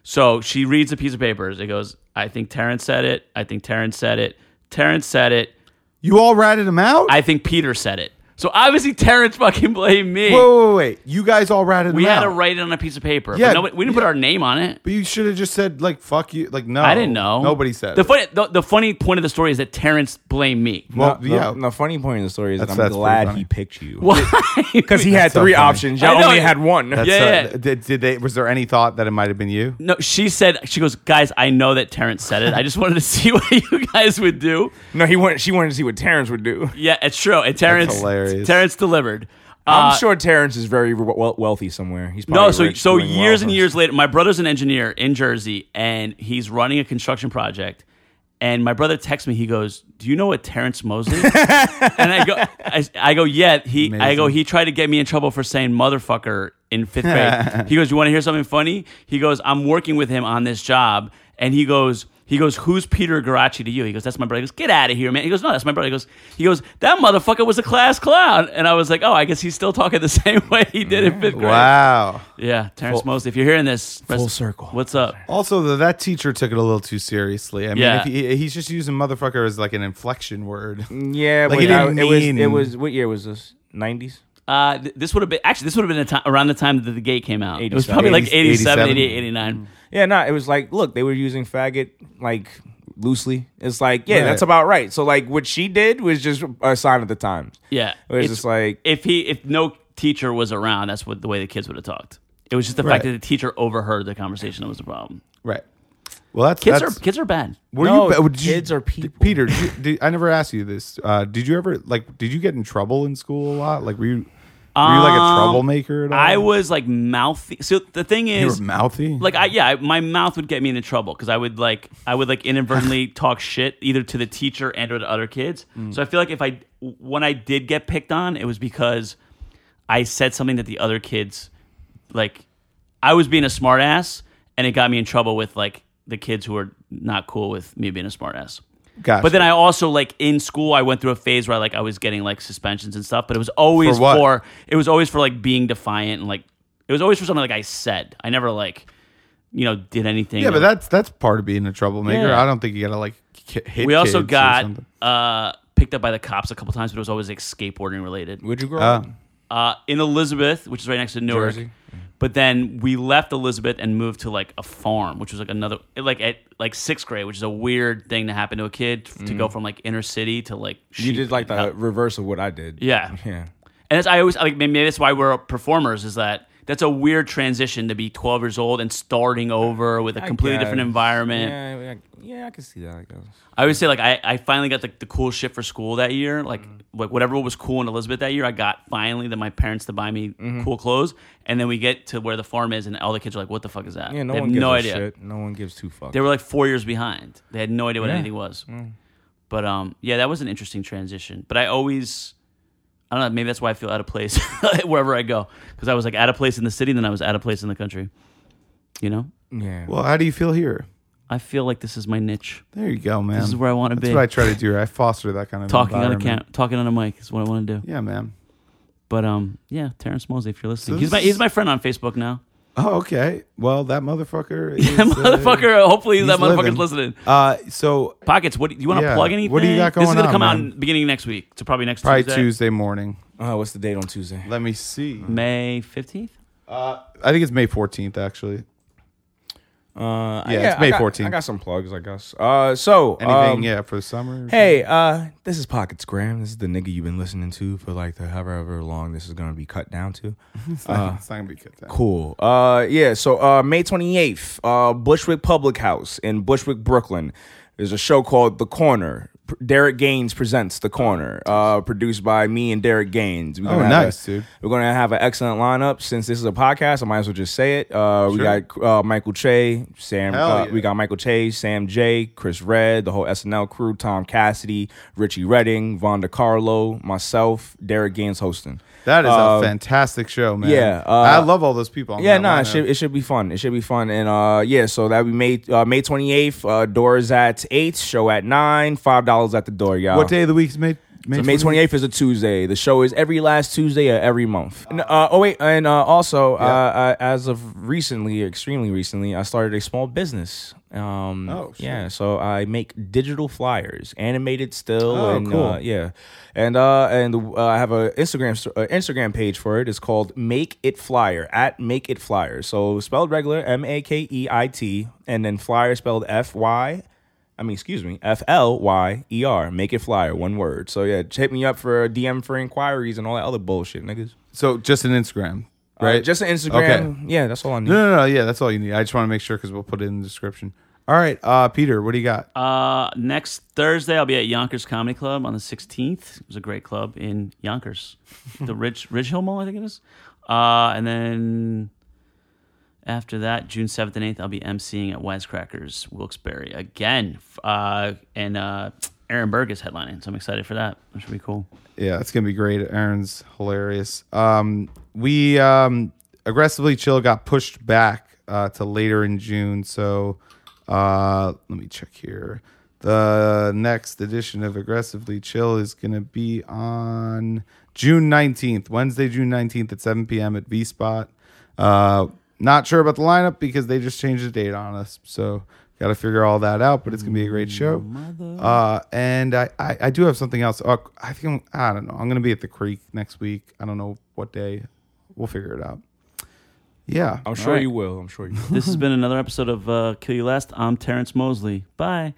Speaker 7: So she reads a piece of paper. It goes, I think Terrence said it. I think Terrence said it. Terrence said it.
Speaker 8: You all ratted him out.
Speaker 7: I think Peter said it. So obviously Terrence fucking blamed me.
Speaker 8: whoa, wait, wait, You guys all ratted
Speaker 7: we
Speaker 8: him
Speaker 7: had
Speaker 8: out.
Speaker 7: to write it on a piece of paper.
Speaker 8: Yeah,
Speaker 7: but nobody, we didn't put
Speaker 8: yeah.
Speaker 7: our name on it.
Speaker 8: But you should have just said like fuck you. Like no,
Speaker 7: I didn't know.
Speaker 8: Nobody said
Speaker 7: the
Speaker 8: it.
Speaker 7: funny. The, the funny point of the story is that Terrence blamed me.
Speaker 8: (laughs) Well,
Speaker 9: The-
Speaker 8: yeah.
Speaker 9: The, the funny point of the story is
Speaker 8: That's-
Speaker 9: I'm
Speaker 8: that's pretty
Speaker 9: glad
Speaker 8: funny.
Speaker 9: he picked you. (laughs)
Speaker 7: Why?
Speaker 9: Because he had
Speaker 8: so
Speaker 9: three
Speaker 8: funny.
Speaker 9: options.
Speaker 7: I
Speaker 9: Y'all
Speaker 7: know,
Speaker 9: only
Speaker 7: it-
Speaker 9: had one.
Speaker 8: That's,
Speaker 7: Yeah,
Speaker 8: uh,
Speaker 7: yeah.
Speaker 8: did, did they? Was there any thought that it might have been you?
Speaker 7: No, she said she goes, guys. I know that Terrence said it. I just wanted to (laughs) see what you guys would do.
Speaker 9: no, he wanted. She wanted to see what Terrence would do.
Speaker 7: Yeah, it's true. And Terrence,
Speaker 8: hilarious.
Speaker 7: Terrence delivered. Uh,
Speaker 9: I'm sure Terrence is very we- wel- wealthy somewhere. He's probably
Speaker 7: no, so
Speaker 9: rich,
Speaker 7: so
Speaker 9: doing well
Speaker 7: years and
Speaker 9: for-
Speaker 7: years later, my brother's an engineer in Jersey, and he's running a construction project. And my brother texts me. He goes, "Do you know what Terrence Mosley?"
Speaker 9: (laughs)
Speaker 7: is?" and I go, I, I go, "Yeah." He, I go,
Speaker 8: Amazing.
Speaker 7: he tried to get me in trouble for saying motherfucker in fifth grade.
Speaker 9: (laughs)
Speaker 7: he goes, "You want to hear something funny?" He goes, "I'm working with him on this job," and he goes. He goes, who's Peter Garacci to you? He goes, that's my brother. He goes, get out of here, man. He goes, no, that's my brother. He goes, he goes, that motherfucker was a class clown. And I was like, oh, I guess he's still talking the (laughs) same way he did in fifth grade.
Speaker 8: Wow.
Speaker 7: Yeah, Terrence Mosley. If you're hearing this, full
Speaker 9: circle.
Speaker 7: What's up?
Speaker 8: Also, though, that teacher took it a little too seriously. I mean,
Speaker 7: Yeah.
Speaker 8: if he, he's just using "motherfucker" as like an inflection word.
Speaker 9: Yeah,
Speaker 8: Like,
Speaker 9: but
Speaker 8: he
Speaker 9: I-
Speaker 8: didn't
Speaker 9: it was.
Speaker 8: mean-
Speaker 9: It was. What year was this? 90s.
Speaker 7: Uh, th- this would have been actually this would have been a ti- around the time that the gate came out. It was
Speaker 9: 87.
Speaker 7: probably like
Speaker 8: 80,
Speaker 7: 87,
Speaker 8: 87.
Speaker 7: 88, 89.
Speaker 9: Yeah, no, it was like, look, they were using faggot like loosely. It's like, yeah,
Speaker 8: Right.
Speaker 9: that's about right. So like, what she did was just a sign of the times.
Speaker 7: Yeah,
Speaker 9: it was just like,
Speaker 7: if he if no teacher was around, that's what the way the kids would have talked. It was just the
Speaker 8: Right.
Speaker 7: fact that the teacher overheard the conversation that was the problem.
Speaker 8: (laughs) Right. Well, that's
Speaker 7: Kids
Speaker 8: that's,
Speaker 7: are kids are bad.
Speaker 8: Were
Speaker 9: No,
Speaker 8: you, ba- did uh, you-
Speaker 9: kids are people.
Speaker 8: D- Peter, did you- did- I never asked you this. Uh, did you ever like? Did you get in trouble in school a lot? Like, were you? Were you like a
Speaker 7: Um,
Speaker 8: troublemaker at all?
Speaker 7: I was like mouthy. So the thing
Speaker 8: You
Speaker 7: is,
Speaker 8: were mouthy?
Speaker 7: like I yeah, I, my mouth would get me into trouble because I would like I would like inadvertently talk shit either to the teacher and or to other kids. So I feel like if I when I did get picked on, it was because I said something that the other kids like I was being a smartass and it got me in trouble with like the kids who were not cool with me being a smartass.
Speaker 8: Gotcha.
Speaker 7: But then I also like in school I went through a phase where like I was getting like suspensions and stuff, but it was always
Speaker 8: For what?
Speaker 7: for it was always for like being defiant and like it was always for something like I said. I never like you know did anything.
Speaker 8: yeah, but that's that's part of being a troublemaker.
Speaker 7: Yeah.
Speaker 8: I don't think you gotta like ki- hit.
Speaker 7: we also
Speaker 8: kids or
Speaker 7: got
Speaker 8: something.
Speaker 7: uh picked up by the cops a couple times, but it was always like skateboarding related.
Speaker 9: Would you grow
Speaker 8: Uh,
Speaker 9: up?
Speaker 7: Uh in Elizabeth, which is right next to Newark.
Speaker 9: Jersey?
Speaker 7: But then we left Elizabeth and moved to like a farm, which was like another like at like sixth grade, which is a weird thing to happen to a kid to
Speaker 8: Mm.
Speaker 7: go from like inner city to like
Speaker 9: You
Speaker 7: sheep.
Speaker 9: did like the reverse of what I did.
Speaker 7: Yeah.
Speaker 9: Yeah.
Speaker 7: And that's, I always like maybe that's why we're performers is that that's a weird transition to be 12 years old and starting over with a completely
Speaker 9: guess.
Speaker 7: different environment.
Speaker 9: Yeah, I- yeah, I can see that. I guess.
Speaker 7: I always say like I, I finally got the, the cool shit for school that year. Like
Speaker 9: Mm.
Speaker 7: like whatever was cool in Elizabeth that year, I got finally that my parents to buy me
Speaker 9: Mm-hmm.
Speaker 7: cool clothes. And then we get to where the farm is, and all the kids are like, "What the fuck is that?"
Speaker 9: Yeah, no
Speaker 7: they
Speaker 9: one
Speaker 7: have
Speaker 9: gives
Speaker 7: no
Speaker 9: a
Speaker 7: idea.
Speaker 9: shit. No one gives two fucks.
Speaker 7: They were like four years behind. They had no idea what
Speaker 9: Yeah.
Speaker 7: anything was. But um, yeah, that was an interesting transition. But I always, I don't know, maybe that's why I feel out of place (laughs) wherever I go because I was like out of place in the city, then I was out of place in the country. You know,
Speaker 9: yeah.
Speaker 8: Well, how do you feel here?
Speaker 7: I feel like this is my niche.
Speaker 8: There you go, man.
Speaker 7: This is where I want to
Speaker 8: That's
Speaker 7: be.
Speaker 8: what I try to do. I foster that kind of
Speaker 7: talking on a
Speaker 8: environment.
Speaker 7: cam- talking on a mic is what I want to do.
Speaker 8: Yeah, man.
Speaker 7: But um, yeah, Terrence Mosey, if you're listening,
Speaker 8: So
Speaker 7: he's my
Speaker 8: this-
Speaker 7: he's my friend on Facebook now. (laughs)
Speaker 8: Oh, okay. Well, that
Speaker 9: (laughs)
Speaker 8: motherfucker. Is, uh,
Speaker 7: motherfucker, hopefully that
Speaker 8: he's
Speaker 7: motherfucker's
Speaker 8: living.
Speaker 7: listening.
Speaker 8: Uh, so
Speaker 7: Pockets, what do you want to
Speaker 8: Yeah.
Speaker 7: plug anything?
Speaker 8: What do you got
Speaker 7: This is
Speaker 8: going
Speaker 7: gonna
Speaker 8: on,
Speaker 7: come
Speaker 8: man?
Speaker 7: out beginning of next week, so probably next
Speaker 8: probably
Speaker 7: Tuesday,
Speaker 8: Tuesday morning.
Speaker 9: Uh, what's the date on Tuesday?
Speaker 8: Let me see.
Speaker 7: May fifteenth.
Speaker 8: Uh, I think it's May 14th, actually.
Speaker 9: Uh,
Speaker 8: Yeah, it's May
Speaker 9: I got,
Speaker 8: 14th.
Speaker 9: I got some plugs, I guess. Uh, so
Speaker 8: Anything,
Speaker 9: um,
Speaker 8: yeah, for the summer. or
Speaker 9: Hey, uh, this is Pockets Graham. This is the nigga you've been listening to for like the however long this is gonna be cut down to.
Speaker 8: something. (laughs) It's not, it's not gonna be good. Time.
Speaker 9: uh, Cool. Uh, yeah. So uh, May twenty eighth, uh, Bushwick Public House in Bushwick, Brooklyn. There's a show called The Corner. P- Derek Gaines presents The Corner, uh, produced by me and Derek Gaines. We're
Speaker 8: Oh,
Speaker 9: have
Speaker 8: nice,
Speaker 9: a-
Speaker 8: dude.
Speaker 9: We're gonna have an excellent lineup. Since this is a podcast, I might as well just say it. Uh, We got uh, Michael Che, Sam.
Speaker 8: Hell
Speaker 9: uh,
Speaker 8: yeah.
Speaker 9: We got Michael Che, Sam J, Chris Red, the whole SNL crew, Tom Cassidy, Richie Redding, Von DiCarlo, myself, Derek Gaines hosting.
Speaker 8: That is
Speaker 9: Uh,
Speaker 8: a fantastic show, man.
Speaker 9: yeah, uh,
Speaker 8: I love all those people. on
Speaker 9: yeah,
Speaker 8: that
Speaker 9: no, nah,
Speaker 8: lineup.
Speaker 9: it should it should be fun. It should be fun, and uh, yeah, so that we May uh, May twenty eighth. Uh, doors at eight, show at nine, five dollars at the door, y'all.
Speaker 8: What day of the week is May?
Speaker 9: So May twenty eighth is a Tuesday. The show is every last Tuesday of every month. And, uh, oh wait, and uh, also uh, uh, as of recently, extremely recently, I started a small business. Um,
Speaker 8: Oh, shit.
Speaker 9: yeah, so I make digital flyers, animated still,
Speaker 8: Oh,
Speaker 9: and
Speaker 8: cool.
Speaker 9: uh, yeah, and uh, and uh, I have a Instagram st- uh, Instagram page for it. It's called Make It Flyer at Make It Flyer. So spelled regular M A K E I T, and then flyer spelled F Y. I mean, excuse me, F L Y E R. Make It Flyer, one word. So yeah, hit me up for a DM for inquiries and all that other bullshit, niggas.
Speaker 8: So just an Instagram,
Speaker 9: Uh,
Speaker 8: right?
Speaker 9: just an Instagram. Yeah, that's all I need.
Speaker 8: No, no, no. Yeah, that's all you need. I just want to make sure because we'll put it in the description. All right, uh, Peter, what do you got?
Speaker 7: Uh, next Thursday, I'll be at Yonkers Comedy Club on the 16th. It was a great club in Yonkers, the Ridge Ridge Hill Mall, I think it is. Uh, and then after that, June 7th and 8th, I'll be emceeing at Wisecrackers Wilkes-Barre again. F- Uh, and uh, Aaron Berg is headlining, so I'm excited for that. That should be cool.
Speaker 8: yeah, it's gonna be great. Aaron's hilarious. Um, we um, aggressively chill got pushed back uh, to later in June. So uh, let me check here. The next edition of aggressively chill is gonna be on June nineteenth, Wednesday, June nineteenth at seven p.m. at V Spot. Uh, not sure about the lineup because they just changed the date on us. So got to figure all that out. But it's gonna be a great show. Uh, and I, I, I do have something else. Uh, I think I'm, I don't know. I'm gonna be at the Creek next week. I don't know what day. We'll figure it out. Yeah.
Speaker 9: I'm sure you will. I'm sure you will.
Speaker 7: This has been another episode of uh, Kill You Last. I'm Terrence Mosley. Bye.